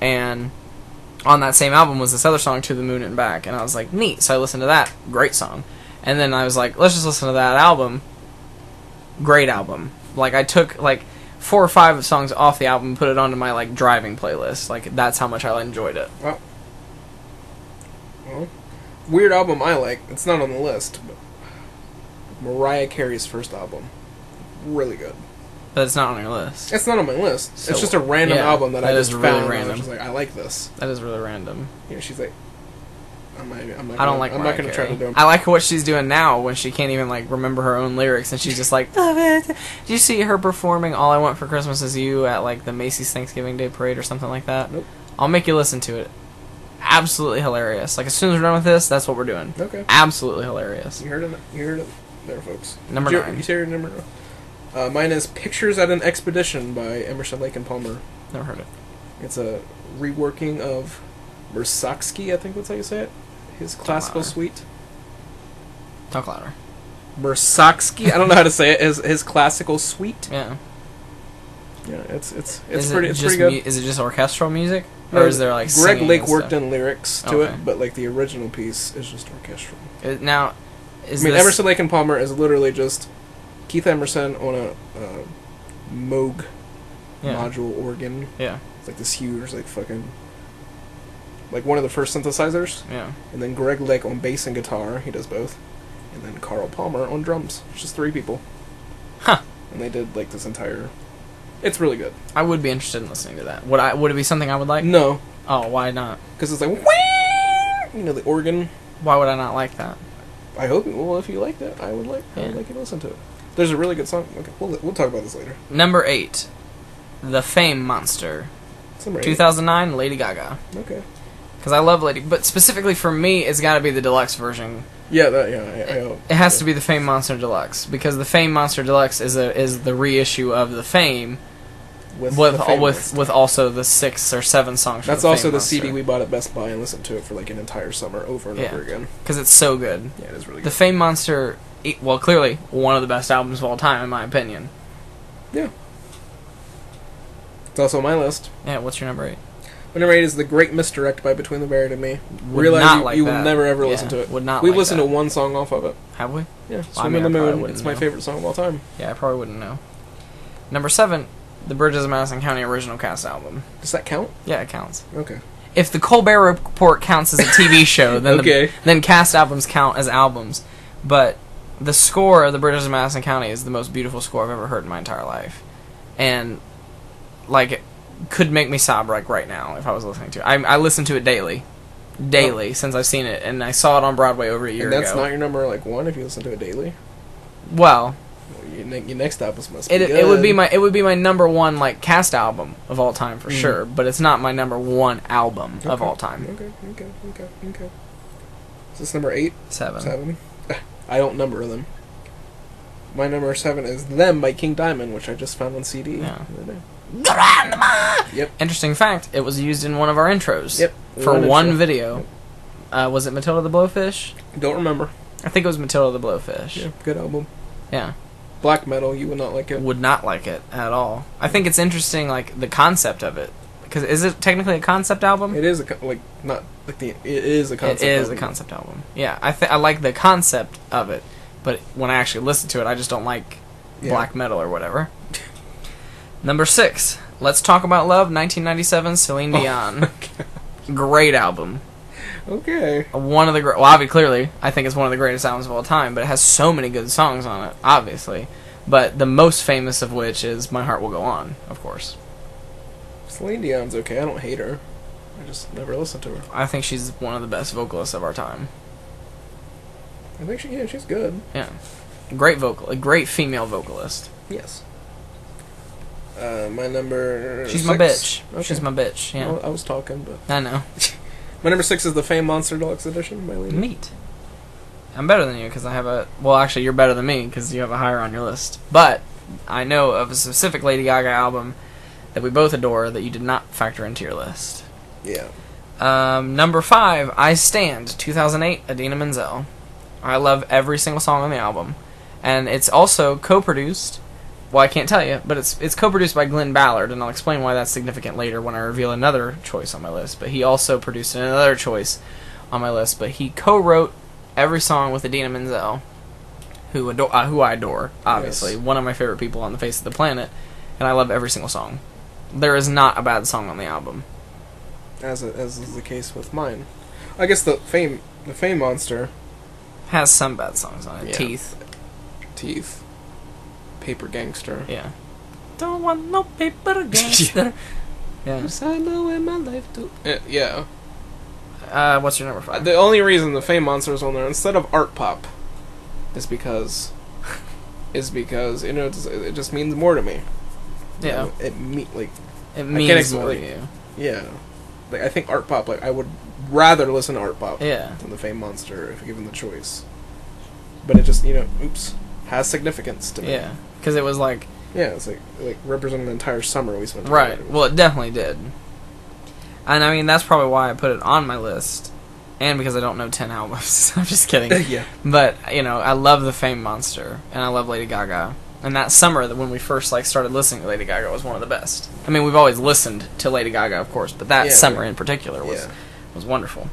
Speaker 4: And on that same album was this other song To the Moon and Back and I was like, "Neat." So I listened to that. Great song. And then I was like, "Let's just listen to that album." Great album. Like I took like four or five songs off the album and put it onto my like driving playlist. Like that's how much I enjoyed it.
Speaker 3: Well, well, weird album I like. It's not on the list, but Mariah Carey's first album, really good.
Speaker 4: But it's not on your list.
Speaker 3: It's not on my list.
Speaker 4: So-
Speaker 3: it's just a random
Speaker 4: yeah,
Speaker 3: album that, I
Speaker 4: that
Speaker 3: just
Speaker 4: is really
Speaker 3: found. and I
Speaker 4: random.
Speaker 3: was just like, I like this.
Speaker 4: That is really random.
Speaker 3: You know, she's like, I'm not, I'm not
Speaker 4: I don't
Speaker 3: gonna-
Speaker 4: like.
Speaker 3: I'm
Speaker 4: Mariah
Speaker 3: not gonna try
Speaker 4: Carey.
Speaker 3: to do
Speaker 4: I
Speaker 3: them.
Speaker 4: like what she's doing now when she can't even like remember her own lyrics, and she's just like, "Love it." Did you see her performing "All I Want for Christmas Is You" at like the Macy's Thanksgiving Day Parade or something like that?
Speaker 3: Nope.
Speaker 4: I'll make you listen to it. Absolutely hilarious. Like as soon as we're done with this, that's what we're doing.
Speaker 3: Okay,
Speaker 4: Absolutely hilarious.
Speaker 3: you heard it. You heard it there, folks.
Speaker 4: Number
Speaker 3: Did you,
Speaker 4: nine.
Speaker 3: You say your number. Uh, mine is "Pictures at an Expedition" by Emerson Lake and Palmer.
Speaker 4: Never heard it.
Speaker 3: It's a reworking of Versaksky, I think that's how you say it. His classical
Speaker 4: matter.
Speaker 3: suite.
Speaker 4: Talk louder.
Speaker 3: Versaksky, I don't know how to say it. His his classical suite.
Speaker 4: Yeah.
Speaker 3: Yeah, it's it's it's
Speaker 4: is
Speaker 3: pretty
Speaker 4: it
Speaker 3: it's
Speaker 4: just
Speaker 3: pretty good.
Speaker 4: mu- is it just orchestral music, or is there like
Speaker 3: Greg
Speaker 4: singing and
Speaker 3: Lake worked
Speaker 4: stuff?
Speaker 3: in lyrics to
Speaker 4: Okay.
Speaker 3: it, but like the original piece is just orchestral.
Speaker 4: It- now? Is
Speaker 3: I mean,
Speaker 4: this
Speaker 3: Emerson Lake and Palmer is literally just Keith Emerson on a uh, Moog
Speaker 4: yeah.
Speaker 3: module organ.
Speaker 4: yeah.
Speaker 3: It's like this huge, like fucking, like one of the first synthesizers.
Speaker 4: Yeah.
Speaker 3: and then Greg Lake on bass and guitar. He does both, and then Carl Palmer on drums. It's just three people.
Speaker 4: Huh.
Speaker 3: And they did like this entire. It's really good.
Speaker 4: I would be interested in listening to that. Would I? Would it be something I would like?
Speaker 3: No,
Speaker 4: Oh, why not?
Speaker 3: because it's like "Whee!" you know the organ.
Speaker 4: Why would I not like that?
Speaker 3: I hope well if you liked it, I would like I would
Speaker 4: Yeah.
Speaker 3: like you to listen to it. There's a really good song. Okay, we'll we'll talk about this later.
Speaker 4: Number eight, The Fame Monster,
Speaker 3: It's number eight.
Speaker 4: 2009, Lady Gaga.
Speaker 3: Okay.
Speaker 4: Because I love Lady, but specifically for me, it's got to be the deluxe version.
Speaker 3: Yeah, that yeah. I, I hope.
Speaker 4: It has to be the Fame Monster Deluxe because the Fame Monster Deluxe is a, is the reissue of the Fame
Speaker 3: with
Speaker 4: with
Speaker 3: the Fame
Speaker 4: with
Speaker 3: list.
Speaker 4: with also the six or seven songs.
Speaker 3: That's
Speaker 4: from the
Speaker 3: also
Speaker 4: Fame
Speaker 3: the
Speaker 4: Monster.
Speaker 3: CD we bought at Best Buy and listened to it for like an entire summer over and
Speaker 4: Yeah.
Speaker 3: over again.
Speaker 4: because it's so good.
Speaker 3: Yeah, it is really
Speaker 4: The
Speaker 3: good.
Speaker 4: Fame Monster, e- well, clearly one of the best albums of all time in my opinion.
Speaker 3: It's also on my list.
Speaker 4: Yeah, what's your number eight?
Speaker 3: My number eight is The Great Misdirect by Between the Buried and Me.
Speaker 4: Would
Speaker 3: Realize
Speaker 4: not
Speaker 3: you,
Speaker 4: like
Speaker 3: you
Speaker 4: that.
Speaker 3: will never ever
Speaker 4: Yeah,
Speaker 3: listen to it.
Speaker 4: Would not.
Speaker 3: We've
Speaker 4: like
Speaker 3: listened
Speaker 4: that.
Speaker 3: to one song off of it.
Speaker 4: Have we?
Speaker 3: Yeah,
Speaker 4: I
Speaker 3: Swim
Speaker 4: mean,
Speaker 3: in
Speaker 4: I
Speaker 3: the
Speaker 4: probably
Speaker 3: Moon.
Speaker 4: wouldn't
Speaker 3: It's my
Speaker 4: know.
Speaker 3: favorite song of all time.
Speaker 4: Yeah, I probably wouldn't know. Number seven, the Bridges of Madison County original cast album.
Speaker 3: Does that count?
Speaker 4: Yeah, it counts.
Speaker 3: Okay.
Speaker 4: If the Colbert Report counts as a TV show, then
Speaker 3: Okay.
Speaker 4: the, then cast albums count as albums. But the score of the Bridges of Madison County is the most beautiful score I've ever heard in my entire life, and like could make me sob like right now if I was listening to it. I, I listen to it daily, daily since I've seen it, and I saw it on Broadway over a year
Speaker 3: Oh. And that's
Speaker 4: ago.
Speaker 3: not your number like one if you listen to it daily.
Speaker 4: well,
Speaker 3: Your, ne- your next album must be
Speaker 4: it
Speaker 3: good. Mm.
Speaker 4: it would be my it would be my number one like cast album of all time for sure, but it's not my number one album of
Speaker 3: Okay.
Speaker 4: all time.
Speaker 3: Okay, okay, okay, okay. Is this number eight?
Speaker 4: Seven.
Speaker 3: Seven? I don't number them. My number seven is Them by King Diamond, which I just found on CD.
Speaker 4: Yeah.
Speaker 3: the other day.
Speaker 4: Interesting fact: it was used in one of our intros.
Speaker 3: Yep.
Speaker 4: For
Speaker 3: One
Speaker 4: one
Speaker 3: intro.
Speaker 4: video, uh, was it Matilda the Blowfish?
Speaker 3: Don't remember.
Speaker 4: I think it was Matilda the Blowfish.
Speaker 3: Yeah, good album.
Speaker 4: yeah.
Speaker 3: Black metal, you would not like it.
Speaker 4: would not like it at all. I think it's interesting, like the concept of it, because is it technically a concept album?
Speaker 3: It is a co- like not like the it is a concept.
Speaker 4: it is
Speaker 3: album.
Speaker 4: a concept album. Yeah, I th- I like the concept of it, but when I actually listen to it, I just don't like
Speaker 3: Yeah.
Speaker 4: black metal or whatever. Number six, let's talk about love, 1997, Celine
Speaker 3: Oh,
Speaker 4: Dion. Great album.
Speaker 3: Okay.
Speaker 4: One of the great. Well, obviously, clearly, I think it's one of the greatest albums of all time. But it has so many good songs on it, obviously. But the most famous of which is "My Heart Will Go On," of course.
Speaker 3: Celine Dion's okay. I don't hate her. I just never listened to her.
Speaker 4: I think she's one of the best vocalists of our time.
Speaker 3: I think she yeah she's good.
Speaker 4: Yeah, great vocal, a great female vocalist.
Speaker 3: Yes. Uh, my number.
Speaker 4: She's my
Speaker 3: six?
Speaker 4: bitch. She's my bitch. Yeah,
Speaker 3: Well, I was talking, but
Speaker 4: I know.
Speaker 3: my number six is the Fame Monster Deluxe Edition by Lady.
Speaker 4: Meat. I'm better than you because I have a. Well, actually, you're better than me because you have a higher on your list. But I know of a specific Lady Gaga album that we both adore that you did not factor into your list.
Speaker 3: Yeah.
Speaker 4: Um, number five, I Stand, 2008, Adina Menzel. I love every single song on the album, and it's also co-produced. Well, I can't tell you, but it's it's co-produced by Glenn Ballard, and I'll explain why that's significant later when I reveal another choice on my list. But he also produced another choice on my list, but he co-wrote every song with Adina Menzel, who adore, uh, who I adore, obviously
Speaker 3: Yes.
Speaker 4: one of my favorite people on the face of the planet, and I love every single song. There is not a bad song on the album.
Speaker 3: As a, as is the case with mine. I guess the Fame the Fame Monster
Speaker 4: has some bad songs on it.
Speaker 3: Yeah.
Speaker 4: Teeth.
Speaker 3: Teeth, Paper Gangster.
Speaker 4: Yeah. Don't want no paper gangster. yeah.
Speaker 3: Yes, I know in my life too. Uh, yeah.
Speaker 4: Uh, what's your number
Speaker 3: Uh,
Speaker 4: five?
Speaker 3: The only reason the Fame Monster is on there instead of Art Pop is because is because you know it just, it just means more to me. You
Speaker 4: yeah.
Speaker 3: know, it me like
Speaker 4: It
Speaker 3: can't
Speaker 4: means
Speaker 3: explain
Speaker 4: more to
Speaker 3: it.
Speaker 4: you.
Speaker 3: yeah, like I think Art Pop. Like I would rather listen to Art Pop
Speaker 4: Yeah.
Speaker 3: than the Fame Monster if given the choice. But it just you know, oops, has significance to me.
Speaker 4: Yeah. Because it was like
Speaker 3: yeah. It's like like representing the entire summer we spent.
Speaker 4: right.
Speaker 3: together.
Speaker 4: Well, it definitely did. And I mean that's probably why I put it on my list, and because I don't know ten albums. I'm just kidding.
Speaker 3: yeah.
Speaker 4: But you know, I love the Fame Monster, and I love Lady Gaga. And that summer, that when we first like started listening to Lady Gaga, was one of the best. I mean, we've always listened to Lady Gaga, of course, but that
Speaker 3: Yeah,
Speaker 4: summer
Speaker 3: yeah.
Speaker 4: in particular was
Speaker 3: Yeah.
Speaker 4: was wonderful.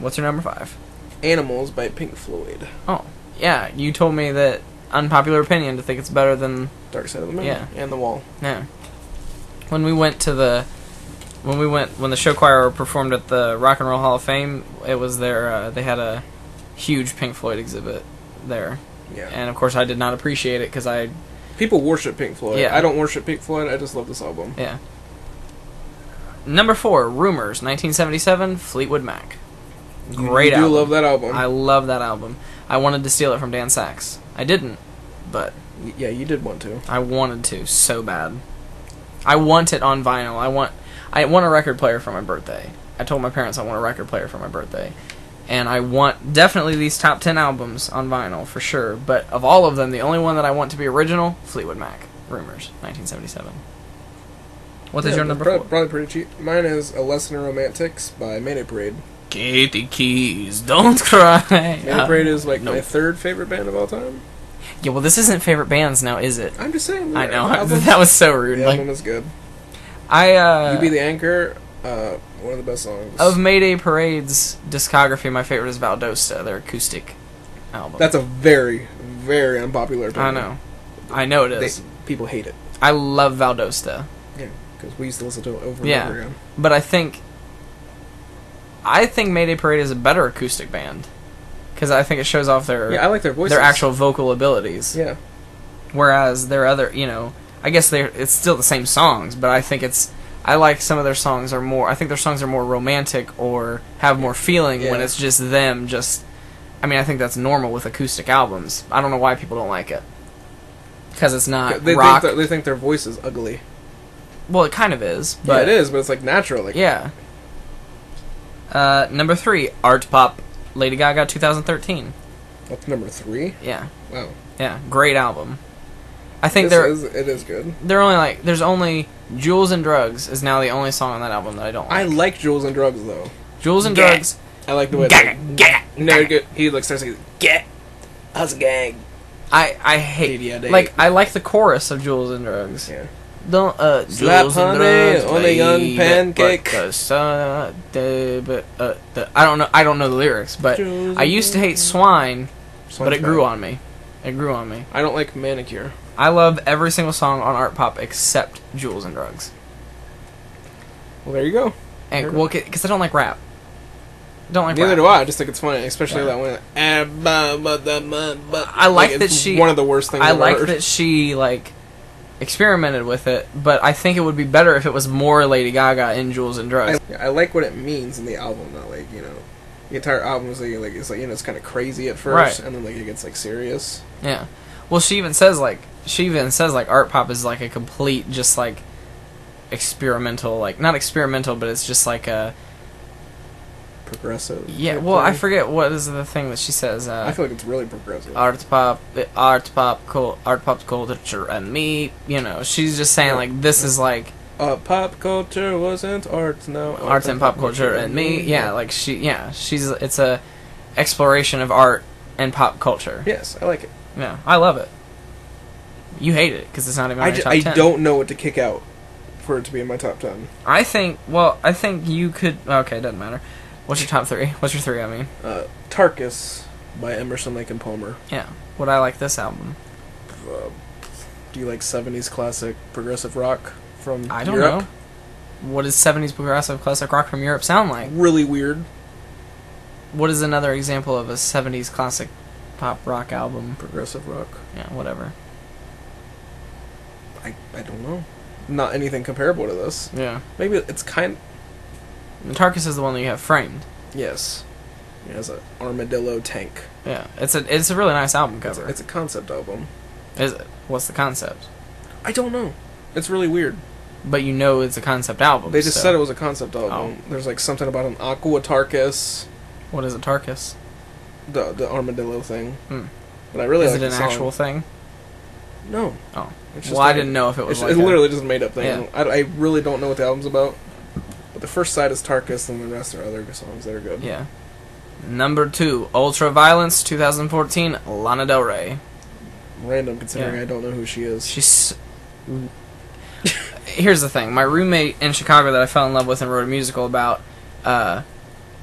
Speaker 4: What's your number five?
Speaker 3: Animals by Pink Floyd.
Speaker 4: Oh, yeah, you told me that unpopular opinion to think it's better than
Speaker 3: Dark Side of the Moon.
Speaker 4: Yeah.
Speaker 3: And the Wall.
Speaker 4: yeah. When we went to the when we went when the show choir performed at the Rock and Roll Hall of Fame, it was their uh, they had a huge Pink Floyd exhibit there,
Speaker 3: Yeah.
Speaker 4: and of course I did not appreciate it because I
Speaker 3: People worship Pink Floyd.
Speaker 4: Yeah.
Speaker 3: I don't worship Pink Floyd. I just love this album.
Speaker 4: yeah. Number four, Rumors, 1977, Fleetwood Mac.
Speaker 3: You- you
Speaker 4: Great
Speaker 3: do
Speaker 4: album.
Speaker 3: love that album.
Speaker 4: I love that album. I wanted to steal it from Dan Sachs. I didn't, but
Speaker 3: Y- yeah, you did want to.
Speaker 4: I wanted to so bad. I want it on vinyl. I want I want a record player for my birthday. I told my parents I want a record player for my birthday. And I want definitely these top 10 albums on vinyl for sure, but of all of them the only one that I want to be original, Fleetwood Mac, Rumors, 1977. What is
Speaker 3: Yeah,
Speaker 4: your
Speaker 3: it's
Speaker 4: number
Speaker 3: prob-
Speaker 4: 4?
Speaker 3: Probably pretty cheap. Mine is A Lesson in Romantics by Mayday Parade.
Speaker 1: Katie Keys,
Speaker 4: Don't cry.
Speaker 3: Mayday Parade is like
Speaker 1: no.
Speaker 3: my third favorite band of all time.
Speaker 4: yeah, well this isn't favorite bands now, is it?
Speaker 3: I'm just saying.
Speaker 4: I
Speaker 3: the
Speaker 4: know.
Speaker 3: Album,
Speaker 4: that was so rude.
Speaker 3: the album
Speaker 4: like
Speaker 3: is good.
Speaker 4: I uh
Speaker 3: you Be the Anchor, uh, one of the best songs.
Speaker 4: Of Mayday Parade's discography, my favorite is Valdosta, their acoustic album.
Speaker 3: That's a very, very unpopular
Speaker 4: I
Speaker 3: band.
Speaker 4: know. I know it
Speaker 3: They,
Speaker 4: is.
Speaker 3: people hate it.
Speaker 4: I love Valdosta.
Speaker 3: Yeah. Because we used to listen to it over and
Speaker 4: Yeah.
Speaker 3: over again.
Speaker 4: But I think I think Mayday Parade is a better acoustic band cuz I think it shows off their
Speaker 3: Yeah, I like their voices.
Speaker 4: their actual vocal abilities.
Speaker 3: Yeah.
Speaker 4: Whereas their other, you know, I guess they're it's still the same songs, but I think it's I like some of their songs are more I think their songs are more romantic or have more feeling when
Speaker 3: Yeah.
Speaker 4: it's just them just I mean, I think that's normal with acoustic albums. I don't know why people don't like it. Cuz it's not
Speaker 3: They think,
Speaker 4: rock.
Speaker 3: that, they think their voice is ugly.
Speaker 4: well, it kind of is,
Speaker 3: But
Speaker 4: but
Speaker 3: it is, but it's like natural. Like,
Speaker 4: Yeah. Uh, number 3, Art Pop Lady Gaga 2013.
Speaker 3: That's number three.
Speaker 4: Yeah.
Speaker 3: Wow.
Speaker 4: Yeah, great album. I think
Speaker 3: This
Speaker 4: there
Speaker 3: is- it is good.
Speaker 4: they're only like there's only Jewels and Drugs is now the only song on that album that I don't
Speaker 3: I
Speaker 4: like.
Speaker 3: like Jules and Drugs though.
Speaker 4: Jewels and
Speaker 1: Yeah.
Speaker 4: Drugs.
Speaker 3: I like the way.
Speaker 1: Gaga,
Speaker 3: Like,
Speaker 1: gaga,
Speaker 3: no, good. He like starts like,
Speaker 1: get us gang.
Speaker 4: I I hate
Speaker 3: DDID.
Speaker 4: like I like the chorus of Jewels and Drugs.
Speaker 3: yeah.
Speaker 4: Don't uh
Speaker 3: Slap
Speaker 4: Jewels and
Speaker 3: honey
Speaker 4: Drugs
Speaker 3: on a young
Speaker 4: lay
Speaker 3: pancake.
Speaker 4: the butt- the sun- the- but, uh, the- I don't know I don't know the lyrics, but
Speaker 3: Jewels
Speaker 4: I
Speaker 3: and
Speaker 4: used to hate swine, but it
Speaker 3: Swan's
Speaker 4: grew
Speaker 3: Bad.
Speaker 4: on me. It grew on me.
Speaker 3: I don't like manicure.
Speaker 4: I love every single song on Art Pop except Jewels and Drugs.
Speaker 3: Well, there you go.
Speaker 4: And
Speaker 3: Sure.
Speaker 4: well, because I don't like rap. Don't like
Speaker 3: Neither
Speaker 4: rap.
Speaker 3: do I. I just think it's funny, especially
Speaker 4: Yeah.
Speaker 3: that one. "Ah, bah, bah, bah, bah, bah."
Speaker 4: I like that
Speaker 3: it's
Speaker 4: she-
Speaker 3: One of the worst things
Speaker 4: I
Speaker 3: I've
Speaker 4: like
Speaker 3: heard.
Speaker 4: that she like experimented with it, but I think it would be better if it was more Lady Gaga in Jewels and Drugs.
Speaker 3: I, I like what it means in the album. Not like you know, the entire album is like, like it's like you know it's kind of crazy at first,
Speaker 4: Right.
Speaker 3: and then like it gets like serious.
Speaker 4: yeah. Well, she even says like she even says like art pop is like a complete just like experimental like not experimental but it's just like a
Speaker 3: progressive.
Speaker 4: yeah
Speaker 3: type
Speaker 4: well i
Speaker 3: thing.
Speaker 4: forget what is the thing that she says uh
Speaker 3: I feel like it's really progressive.
Speaker 4: art pop art pop cult, art pop culture and me you know she's just saying
Speaker 3: Yeah.
Speaker 4: like this is like
Speaker 3: uh, pop culture wasn't art, no. Art, Mm-hmm.
Speaker 4: arts and pop culture and me yeah like she yeah she's it's a exploration of art and pop culture yeah,
Speaker 3: Yes, I like it.
Speaker 4: i love it you hate it because it's not even on
Speaker 3: I,
Speaker 4: your
Speaker 3: ju-
Speaker 4: top
Speaker 3: I
Speaker 4: 10.
Speaker 3: don't know what to kick out for it to be in my top ten.
Speaker 4: i think well i think you could oh, okay doesn't matter what's your top three what's your three i mean
Speaker 3: Uh, Tarkus by Emerson, Lake and Palmer.
Speaker 4: yeah would i like this album
Speaker 3: Uh, do you like '70s classic progressive rock from
Speaker 4: i don't
Speaker 3: Europe?
Speaker 4: know what does 70s progressive classic rock from europe sound like
Speaker 3: Really weird
Speaker 4: what is another example of a 70s classic pop rock album
Speaker 3: progressive rock.
Speaker 4: yeah whatever
Speaker 3: I I don't know. Not anything comparable to this.
Speaker 4: yeah
Speaker 3: Maybe it's kind.
Speaker 4: and tarkus is the one that you have framed
Speaker 3: Yes, it has an armadillo tank.
Speaker 4: yeah it's a it's a really nice album
Speaker 3: It's,
Speaker 4: cover
Speaker 3: it's a concept album.
Speaker 4: Is it? What's the concept?
Speaker 3: I don't know. It's really weird.
Speaker 4: But you know it's a concept album.
Speaker 3: They just
Speaker 4: so-
Speaker 3: said it was a concept
Speaker 4: Oh.
Speaker 3: album. There's like something about an Aqua Tarkus,
Speaker 4: What is it, Tarkus?
Speaker 3: the the armadillo thing.
Speaker 4: Hmm.
Speaker 3: But I really
Speaker 4: is
Speaker 3: like
Speaker 4: it an
Speaker 3: the song.
Speaker 4: actual thing?
Speaker 3: No.
Speaker 4: Oh.
Speaker 3: It's
Speaker 4: Well,
Speaker 3: just
Speaker 4: I
Speaker 3: like-
Speaker 4: didn't know if it was
Speaker 3: It's,
Speaker 4: like
Speaker 3: it's
Speaker 4: a-
Speaker 3: literally just a made up thing.
Speaker 4: Yeah.
Speaker 3: I, I really don't know what the album's about. But the first side is Tarkus, and the rest are other songs that are good.
Speaker 4: Yeah. Number two, Ultra Violence, 2014, Lana Del Rey.
Speaker 3: Random, considering
Speaker 4: Yeah.
Speaker 3: I don't know who she is.
Speaker 4: She's. Here's the thing. My roommate in Chicago that I fell in love with and wrote a musical about uh,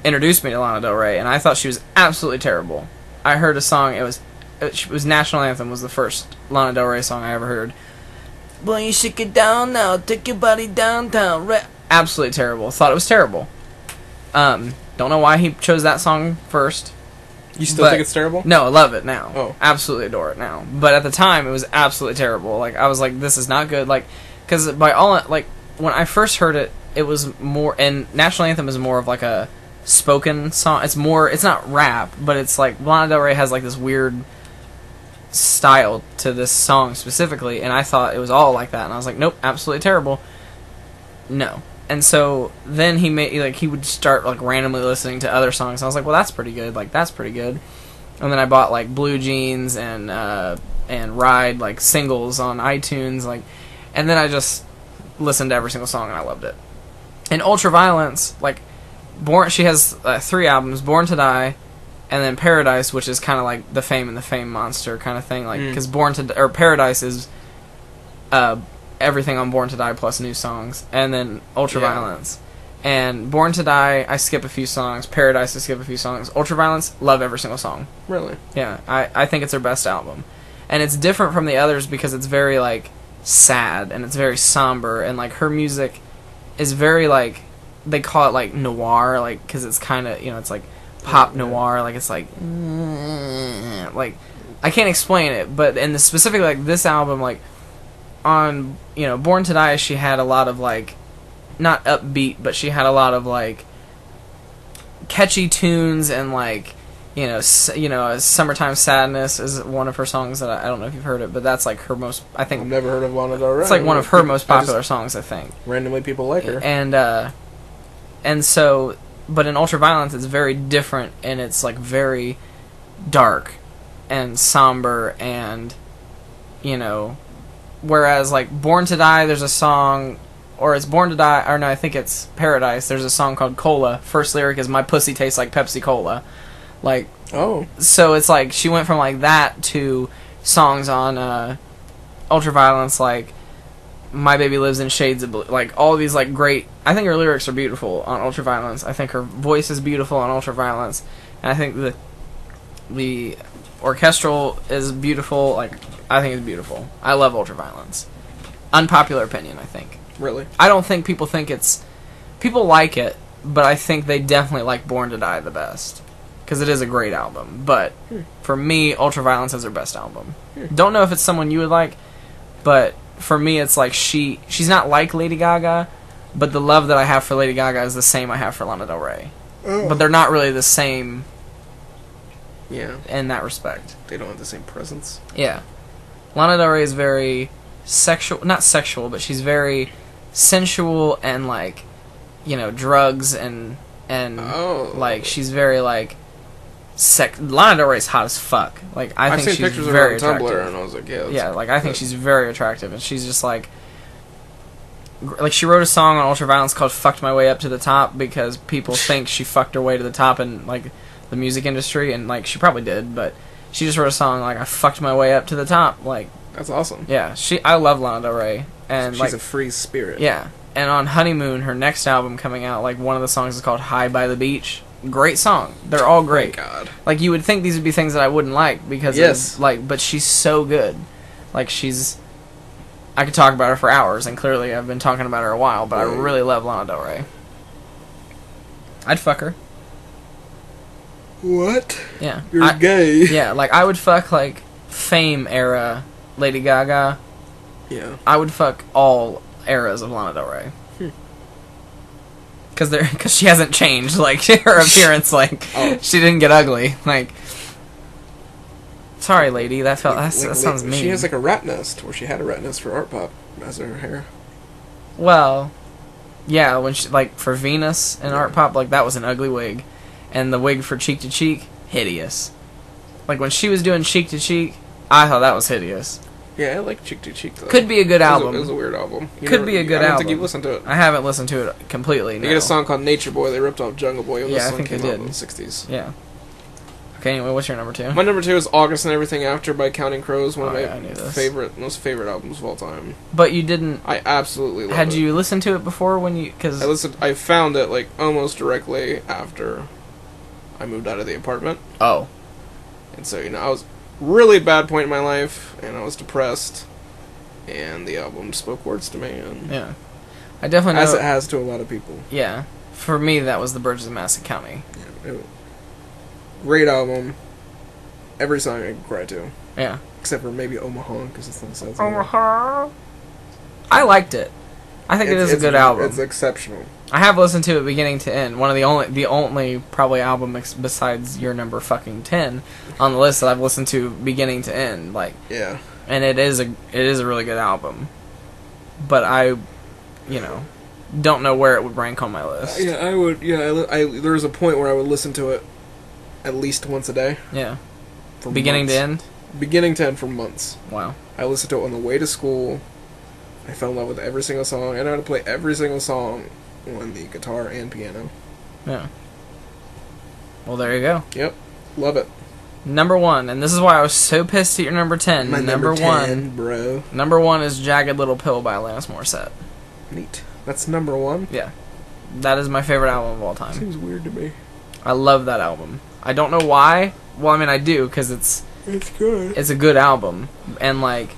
Speaker 4: introduced me to Lana Del Rey, and I thought she was absolutely terrible. I heard a song. It was uh, it was National Anthem was the first Lana Del Rey song I ever heard. Boy, you should get down now. Take your body downtown. Re- absolutely terrible. Thought it was terrible. Um, don't know why he chose that song first.
Speaker 3: you still
Speaker 4: but-
Speaker 3: think it's terrible?
Speaker 4: No, I love it now.
Speaker 3: Oh.
Speaker 4: Absolutely adore it now. But at the time, it was absolutely terrible. Like, I was like, this is not good. Like, because by all, like, when I first heard it, it was more, and National Anthem is more of like a spoken song. It's more, it's not rap, but it's like, Lana Del Rey has like this weird style to this song specifically, and I thought it was all like that, and I was like, nope, absolutely terrible. No. And so then he made like he would start like randomly listening to other songs. I was like, well, that's pretty good. Like that's pretty good. And then I bought like Blue Jeans and uh, and Ride like singles on iTunes. Like, and then I just listened to every single song and I loved it. And Ultraviolence, like, Born she has uh, three albums: Born to Die, and then Paradise, which is kind of like the Fame and the Fame Monster kind of thing. Like,
Speaker 3: Mm.
Speaker 4: because Born to D- or Paradise is uh, everything on Born to Die plus new songs, and then Ultraviolence. And Born to Die, I skip a few songs. Paradise, I skip a few songs. Ultraviolence, love every single song.
Speaker 3: Really?
Speaker 4: Yeah, I, I think it's her best album. And it's different from the others because it's very, like, sad and it's very somber. And, like, her music is very, like, they call it, like, noir, like, because it's kind of, you know, it's like pop noir. Like, it's like, like, I can't explain it, but in the specific, like, this album, like, on you know Born to Die, she had a lot of like, not upbeat, but she had a lot of like catchy tunes and like you know s- you know summertime sadness is one of her songs that I, I don't know if you've heard it, but that's like her most I
Speaker 3: I've
Speaker 4: think
Speaker 3: never heard of Lana Del Rey.
Speaker 4: it's like one of her most
Speaker 3: I just-
Speaker 4: popular songs I think
Speaker 3: randomly, people like her.
Speaker 4: and uh and so but in ultraviolence it's very different and it's like very dark and somber and you know whereas like born to die there's a song or it's born to die or no i think it's paradise there's a song called cola first lyric is my pussy tastes like pepsi cola like
Speaker 3: Oh,
Speaker 4: so it's like she went from like that to songs on uh ultraviolence like my baby lives in shades of blue like all these like great i think her lyrics are beautiful on ultraviolence i think her voice is beautiful on ultraviolence and i think the the orchestral is beautiful like i think it's beautiful i love ultraviolence unpopular opinion i think
Speaker 3: really?
Speaker 4: i don't think people think it's people like it but i think they definitely like born to die the best because it is a great album. But for me, Ultraviolence is her best album. Don't know if it's someone you would like, but for me, it's like she she's not like Lady Gaga, but the love that I have for Lady Gaga is the same I have for Lana Del Rey.
Speaker 3: Hmm. Oh.
Speaker 4: But they're not really the same
Speaker 3: yeah,
Speaker 4: in that respect.
Speaker 3: they don't have the same presence.
Speaker 4: Yeah, Lana Del Rey is very sexual, not sexual, but she's very sensual and like you know drugs and and
Speaker 3: Oh.
Speaker 4: Mm. like she's very like sex. Lana Del Rey's hot as fuck. Like I
Speaker 3: I've
Speaker 4: think
Speaker 3: seen
Speaker 4: she's
Speaker 3: pictures of her
Speaker 4: very
Speaker 3: on Tumblr, and
Speaker 4: attractive.
Speaker 3: I was like, yeah, that's-
Speaker 4: Yeah, like I think she's very attractive, and she's just like gr- like she wrote a song on Ultraviolence called "Fucked My Way Up to the Top" because people think she fucked her way to the top in like the music industry, and like she probably did, but she just wrote a song like "I fucked my way up to the top." Like
Speaker 3: that's awesome.
Speaker 4: yeah, she I love Lana Del Rey, and
Speaker 3: she's
Speaker 4: like
Speaker 3: a free spirit.
Speaker 4: yeah. And on Honeymoon, her next album coming out, like one of the songs is called High by the Beach. Great song. They're all great.
Speaker 3: God,
Speaker 4: Like you would think these would be things that I wouldn't like because
Speaker 3: Yes.
Speaker 4: of, like but she's so good. Like she's I could talk about her for hours and clearly I've been talking about her a while, but I
Speaker 3: Right.
Speaker 4: really love Lana Del Rey. I'd fuck her.
Speaker 3: what?
Speaker 4: Yeah.
Speaker 3: You're
Speaker 4: I-
Speaker 3: gay.
Speaker 4: yeah, like I would fuck like fame era Lady Gaga.
Speaker 3: yeah.
Speaker 4: I would fuck all eras of Lana Del Rey.
Speaker 3: Hmm.
Speaker 4: Cause they're, cause she hasn't changed. Like her appearance, like
Speaker 3: Oh.
Speaker 4: she didn't get ugly. Like, sorry, lady, that felt that's,
Speaker 3: Like,
Speaker 4: that
Speaker 3: like,
Speaker 4: sounds mean.
Speaker 3: She has like a rat nest, where she had a rat nest for art pop as her hair.
Speaker 4: well, yeah, when she like for Venus and Art Pop, like that was an ugly wig, and the wig for Cheek to Cheek, hideous. Like when she was doing Cheek to Cheek, I thought that was hideous.
Speaker 3: Yeah, I like cheek to cheek. Though.
Speaker 4: Could be a good
Speaker 3: It was
Speaker 4: album.
Speaker 3: It was a, weird album. You
Speaker 4: Could
Speaker 3: never-
Speaker 4: be a
Speaker 3: I
Speaker 4: good
Speaker 3: don't think
Speaker 4: album.
Speaker 3: you listened to it.
Speaker 4: I haven't listened to it completely.
Speaker 3: They
Speaker 4: no.
Speaker 3: got a song called Nature Boy. They ripped off Jungle Boy. when
Speaker 4: Yeah,
Speaker 3: this
Speaker 4: I
Speaker 3: song
Speaker 4: think they
Speaker 3: came out
Speaker 4: did.
Speaker 3: in the '60s.
Speaker 4: Yeah. Okay. Anyway, what's your number two?
Speaker 3: My number two is August and Everything After by Counting Crows, one
Speaker 4: Oh,
Speaker 3: of my
Speaker 4: yeah, I knew this.
Speaker 3: favorite, most favorite albums of all time.
Speaker 4: But you didn't.
Speaker 3: I absolutely love
Speaker 4: Had
Speaker 3: it.
Speaker 4: you listened to it before when you?
Speaker 3: I
Speaker 4: Because
Speaker 3: listened. I found it like almost directly after I moved out of the apartment,
Speaker 4: oh,
Speaker 3: and so you know I was really bad point in my life, and I was depressed, and the album spoke words to me, and
Speaker 4: yeah, I definitely
Speaker 3: as
Speaker 4: know.
Speaker 3: it has to a lot of people.
Speaker 4: yeah, for me that was the Birds of Massey County.
Speaker 3: It- great album. Every song I could cry to,
Speaker 4: Yeah,
Speaker 3: except for maybe Omaha, because it's not South
Speaker 4: I liked it. I think it is a good album.
Speaker 3: It's exceptional.
Speaker 4: I have listened to it beginning to end. One of the only, the only probably album ex- besides your number fucking ten on the list that I've listened to beginning to end. Like,
Speaker 3: Yeah.
Speaker 4: and it is a it is a really good album. But I, you know, don't know where it would rank on my list.
Speaker 3: Yeah, I would. Yeah, I, li- I, there was a point where I would listen to it at least once a day.
Speaker 4: yeah.
Speaker 3: For
Speaker 4: beginning
Speaker 3: months.
Speaker 4: to end.
Speaker 3: Beginning to end for months.
Speaker 4: Wow.
Speaker 3: I listened to it on the way to school. I fell in love with every single song. I know how to play every single song on the guitar and piano.
Speaker 4: Yeah. Well, there you go.
Speaker 3: Yep, love it.
Speaker 4: Number one, and this is why I was so pissed at your number ten.
Speaker 3: My
Speaker 4: number, one,
Speaker 3: 10, bro.
Speaker 4: number one is "Jagged Little Pill" by Alanis Morissette.
Speaker 3: Neat. That's number one.
Speaker 4: Yeah, that is my favorite album of all time.
Speaker 3: Seems weird to me.
Speaker 4: I love that album. I don't know why. Well, I mean, I do because it's
Speaker 3: It's good.
Speaker 4: it's a good album and like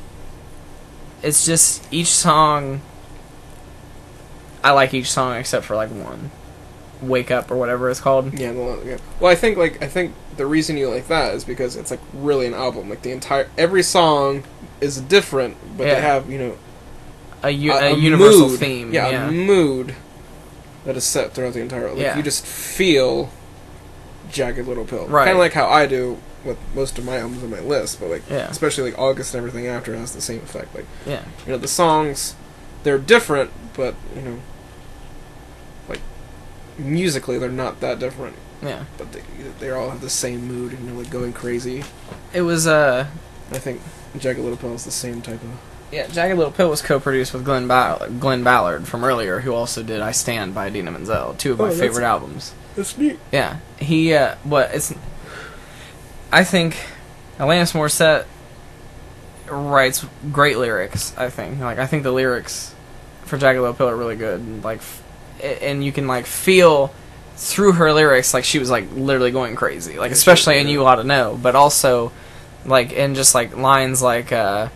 Speaker 4: it's just each song i like each song except for like one wake up or whatever it's called
Speaker 3: Yeah, no, yeah. Well, I think like I think the reason you like that is because it's like really an album. Like the entire every song is different, but
Speaker 4: Yeah.
Speaker 3: they have you know
Speaker 4: a, u- a, universal
Speaker 3: mood,
Speaker 4: theme.
Speaker 3: Yeah,
Speaker 4: Yeah,
Speaker 3: a mood that is set throughout the entire. Like
Speaker 4: Yeah.
Speaker 3: you just feel jagged little pill.
Speaker 4: Right.
Speaker 3: Kind of like how I do with most of my albums on my list, but like
Speaker 4: Yeah.
Speaker 3: especially like August and everything after has the same effect. Like
Speaker 4: yeah,
Speaker 3: you know the songs, they're different, but you know, like musically they're not that different,
Speaker 4: yeah.
Speaker 3: but they they all have the same mood and they're like going crazy.
Speaker 4: It was uh,
Speaker 3: I think Jagged Little Pill is the same type of.
Speaker 4: yeah. Jagged Little Pill was co-produced with Glenn Ball- Glenn Ballard from earlier, who also did "I Stand" by Dina Menzel, two of
Speaker 3: Oh,
Speaker 4: my
Speaker 3: that's-
Speaker 4: favorite albums.
Speaker 3: That's neat.
Speaker 4: Yeah, he. Uh, what it's. I think Alanis Morissette writes great lyrics. I think like I think the lyrics for Jagged Little Pill are really good. And, like, f- a- and you can like feel through her lyrics like she was like literally going crazy.
Speaker 3: Yeah,
Speaker 4: Like
Speaker 3: she-
Speaker 4: especially in
Speaker 3: yeah.
Speaker 4: You Ought to Know, but also like in just like lines like uh,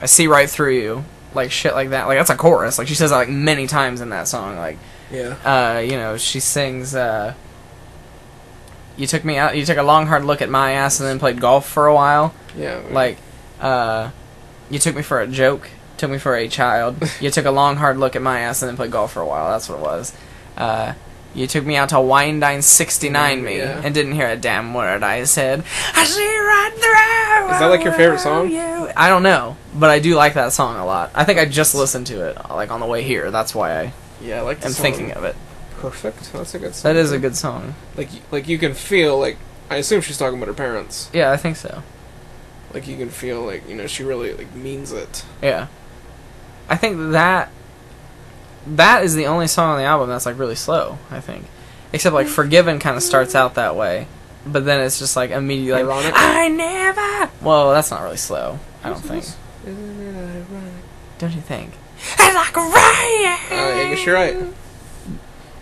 Speaker 4: I see right through you, like shit like that. Like that's a chorus. Like she says that, like many times in that song. Like
Speaker 3: Yeah.
Speaker 4: uh, you know, she sings, uh, you took me out, you took a long hard look at my ass and then played golf for a while.
Speaker 3: Yeah.
Speaker 4: Like, uh, you took me for a joke, took me for a child. You took a long hard look at my ass and then played golf for a while. That's what it was. Uh, you took me out to wine dine 69 me
Speaker 3: Yeah.
Speaker 4: and didn't hear a damn word I said. I see right through.
Speaker 3: Is that, like, your favorite song?
Speaker 4: you." I don't know, but I do like that song a lot. I think I just listened to it, like, on the way here. That's why I
Speaker 3: yeah, I like. the
Speaker 4: am
Speaker 3: song
Speaker 4: thinking of it.
Speaker 3: perfect. That's a good. Song.
Speaker 4: That is a good song.
Speaker 3: Like y- like you can feel like I assume she's talking about her parents.
Speaker 4: Yeah, I think so.
Speaker 3: Like you can feel like you know she really like means it.
Speaker 4: Yeah. I think that that is the only song on the album that's like really slow, I think. Except like Forgiven kind of starts out that way, but then it's just like immediately like,
Speaker 3: Ironic?
Speaker 4: I never. Well, that's not really slow. I don't think.
Speaker 3: Isn't it ironic?
Speaker 4: Don't you think? It's like a riot.
Speaker 3: Uh, I guess you're right.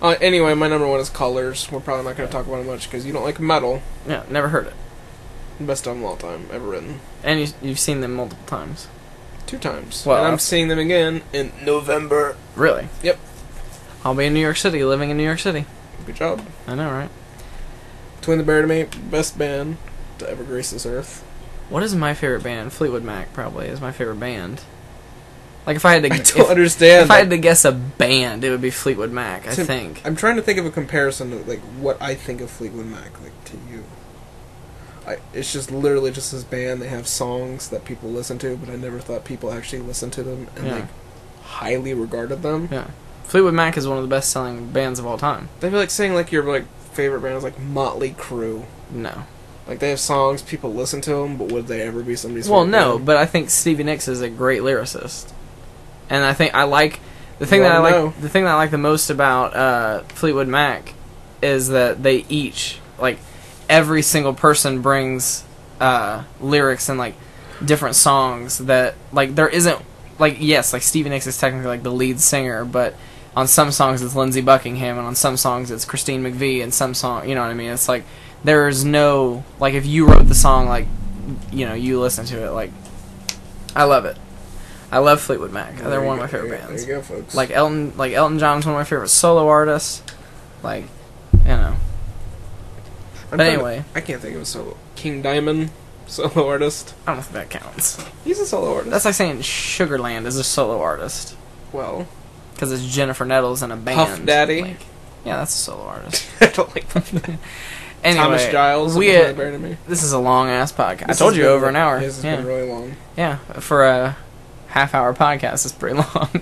Speaker 3: Uh, anyway, my number one is Colors. We're probably not going to talk about it much because you don't like metal.
Speaker 4: No, never heard it.
Speaker 3: Best album of all time ever written.
Speaker 4: And you, you've seen them multiple times.
Speaker 3: Two times.
Speaker 4: Well,
Speaker 3: and I'm
Speaker 4: that's-
Speaker 3: seeing them again in November.
Speaker 4: Really?
Speaker 3: Yep.
Speaker 4: I'll be in New York City, living in New York City.
Speaker 3: Good job.
Speaker 4: I know, right?
Speaker 3: Twin the Bear to me, best band to ever grace this earth.
Speaker 4: What is my favorite band? Fleetwood Mac probably is my favorite band. Like if I had to,
Speaker 3: I don't
Speaker 4: if,
Speaker 3: understand.
Speaker 4: if I had
Speaker 3: like,
Speaker 4: to guess a band, it would be Fleetwood Mac. I
Speaker 3: Tim-
Speaker 4: think.
Speaker 3: I'm trying to think of a comparison to like what I think of Fleetwood Mac like to you. I, it's just literally just this band. They have songs that people listen to, but I never thought people actually listened to them and
Speaker 4: Yeah.
Speaker 3: like highly regarded them.
Speaker 4: Yeah, Fleetwood Mac is one of the best-selling bands of all time.
Speaker 3: They'd be like saying like your like favorite band is like Motley Crue.
Speaker 4: No.
Speaker 3: Like they have songs people listen to them, but would they ever be somebody's?
Speaker 4: Well,
Speaker 3: favorite
Speaker 4: no,
Speaker 3: band?
Speaker 4: but I think Stevie Nicks is a great lyricist, and I think I like the thing that I
Speaker 3: Well,
Speaker 4: like
Speaker 3: no.
Speaker 4: the thing that I like the most about uh, Fleetwood Mac is that they each like every single person brings uh, lyrics and like different songs that like there isn't like yes like Stevie Nicks is technically like the lead singer, but on some songs it's Lindsey Buckingham and on some songs it's Christine McVie and some song you know what I mean it's like there's no like if you wrote the song like you know you listen to it like I love it I love Fleetwood Mac
Speaker 3: There
Speaker 4: they're
Speaker 3: you
Speaker 4: one of
Speaker 3: go-
Speaker 4: my favorite
Speaker 3: there you-
Speaker 4: bands
Speaker 3: There you go, folks.
Speaker 4: like Elton like Elton John's one of my favorite solo artists like you know
Speaker 3: I'm
Speaker 4: but
Speaker 3: trying to-
Speaker 4: anyway
Speaker 3: I can't think of a solo. King Diamond, solo artist.
Speaker 4: I don't think that counts
Speaker 3: He's a solo artist.
Speaker 4: that's like saying Sugarland is a solo artist
Speaker 3: well.
Speaker 4: because it's Jennifer Nettles in a band
Speaker 3: Puff Daddy.
Speaker 4: like, yeah that's a solo artist
Speaker 3: I don't like that.
Speaker 4: anyway
Speaker 3: Thomas Giles.
Speaker 4: we uh,
Speaker 3: and Twin
Speaker 4: had,
Speaker 3: Bear to me.
Speaker 4: this is a long ass podcast I
Speaker 3: This
Speaker 4: told
Speaker 3: has
Speaker 4: you
Speaker 3: been-
Speaker 4: over an hour
Speaker 3: This has
Speaker 4: yeah.
Speaker 3: been really long.
Speaker 4: Yeah, for a half hour podcast, it's pretty long.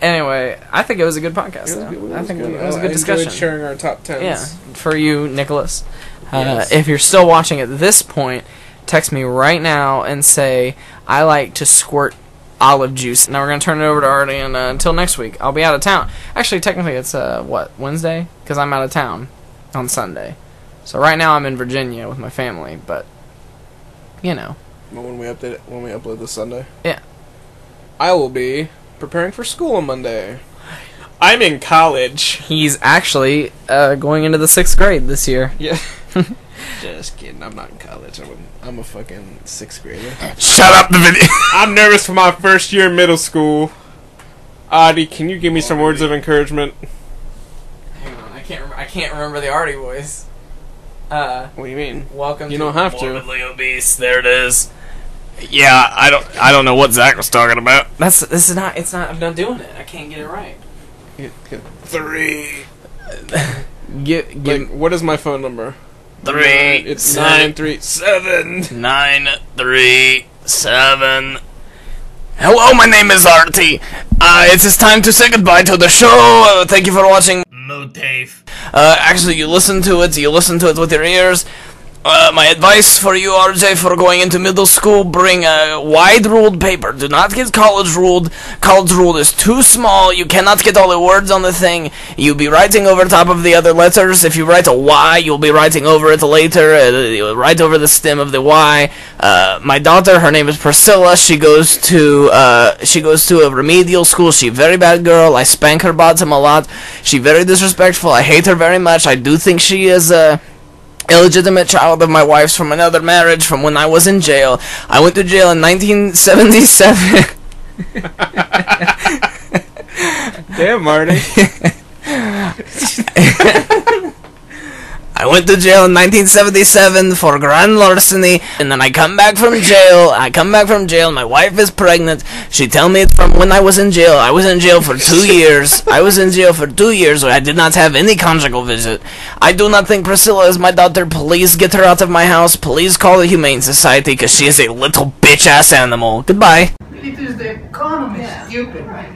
Speaker 4: anyway, I think it was a good podcast.
Speaker 3: It was
Speaker 4: though.
Speaker 3: good- it
Speaker 4: I
Speaker 3: was
Speaker 4: think
Speaker 3: good.
Speaker 4: it was a
Speaker 3: I
Speaker 4: good discussion.
Speaker 3: Enjoyed sharing our top tens.
Speaker 4: yeah, for you, Nicholas. Uh,
Speaker 3: Yes.
Speaker 4: If you're still watching at this point, text me right now and say, I like to squirt olive juice. Now we're going to turn it over to Artie, and uh, until next week, I'll be out of town. Actually, technically, it's, uh, what, Wednesday? Because I'm out of town on Sunday. So right now I'm in Virginia with my family, but, you know.
Speaker 3: But when we update it, when we upload this Sunday.
Speaker 4: Yeah.
Speaker 3: I will be preparing for school on Monday. I'm in college.
Speaker 4: He's actually uh, going into the sixth grade this year.
Speaker 3: Yeah. Just kidding. I'm not in college. I'm a, I'm a fucking sixth grader.
Speaker 1: Shut up the video.
Speaker 3: I'm nervous for my first year in middle school. Adi, can you give me some words of encouragement?
Speaker 4: Hang on, I can't. Rem- I can't remember the Artie voice. Uh,
Speaker 3: What do you mean?
Speaker 4: welcome.
Speaker 3: You
Speaker 4: to-
Speaker 3: don't have to.
Speaker 1: Morbidly obese. There it is.
Speaker 4: Yeah, I don't. I don't know what Zach was talking about.
Speaker 1: That's this is not. It's not. I'm not doing it. I can't get it right.
Speaker 3: Get- get-
Speaker 4: Three,
Speaker 1: Get get
Speaker 3: like, what is my phone number?
Speaker 4: three,
Speaker 3: It's
Speaker 4: se-
Speaker 3: nine three seven.
Speaker 4: nine, three, seven. Hello, my name is Artie. Uh, it is time to say goodbye to the show. Uh, thank you for watching. Motif. Uh, actually, you listen to it. You listen to it with your ears. Uh, my advice for you, RJ, for going into middle school, bring a wide ruled paper. Do not get college ruled. College ruled is too small. You cannot get all the words on the thing. You'll be writing over top of the other letters. If you write a Y, you'll be writing over it later, uh, right over the stem of the Y. Uh, my daughter, her name is Priscilla. She goes to uh, she goes to a remedial school. She very bad girl. I spank her bottom a lot. She very disrespectful. I hate her very much. I do think she is Uh, illegitimate child of my wife's from another marriage from when I was in jail. I went to jail in 1977.
Speaker 3: Damn, Marty.
Speaker 4: I went to jail in 1977 for grand larceny, and then I come back from jail. I come back from jail. My wife is pregnant. She tell me it's from when I was in jail. I was in jail for two years. I was in jail for two years, where I did not have any conjugal visit. I do not think Priscilla is my daughter. Please get her out of my house. Please call the Humane Society, because she is a little bitch ass animal. Goodbye.
Speaker 2: It is the economy, stupid.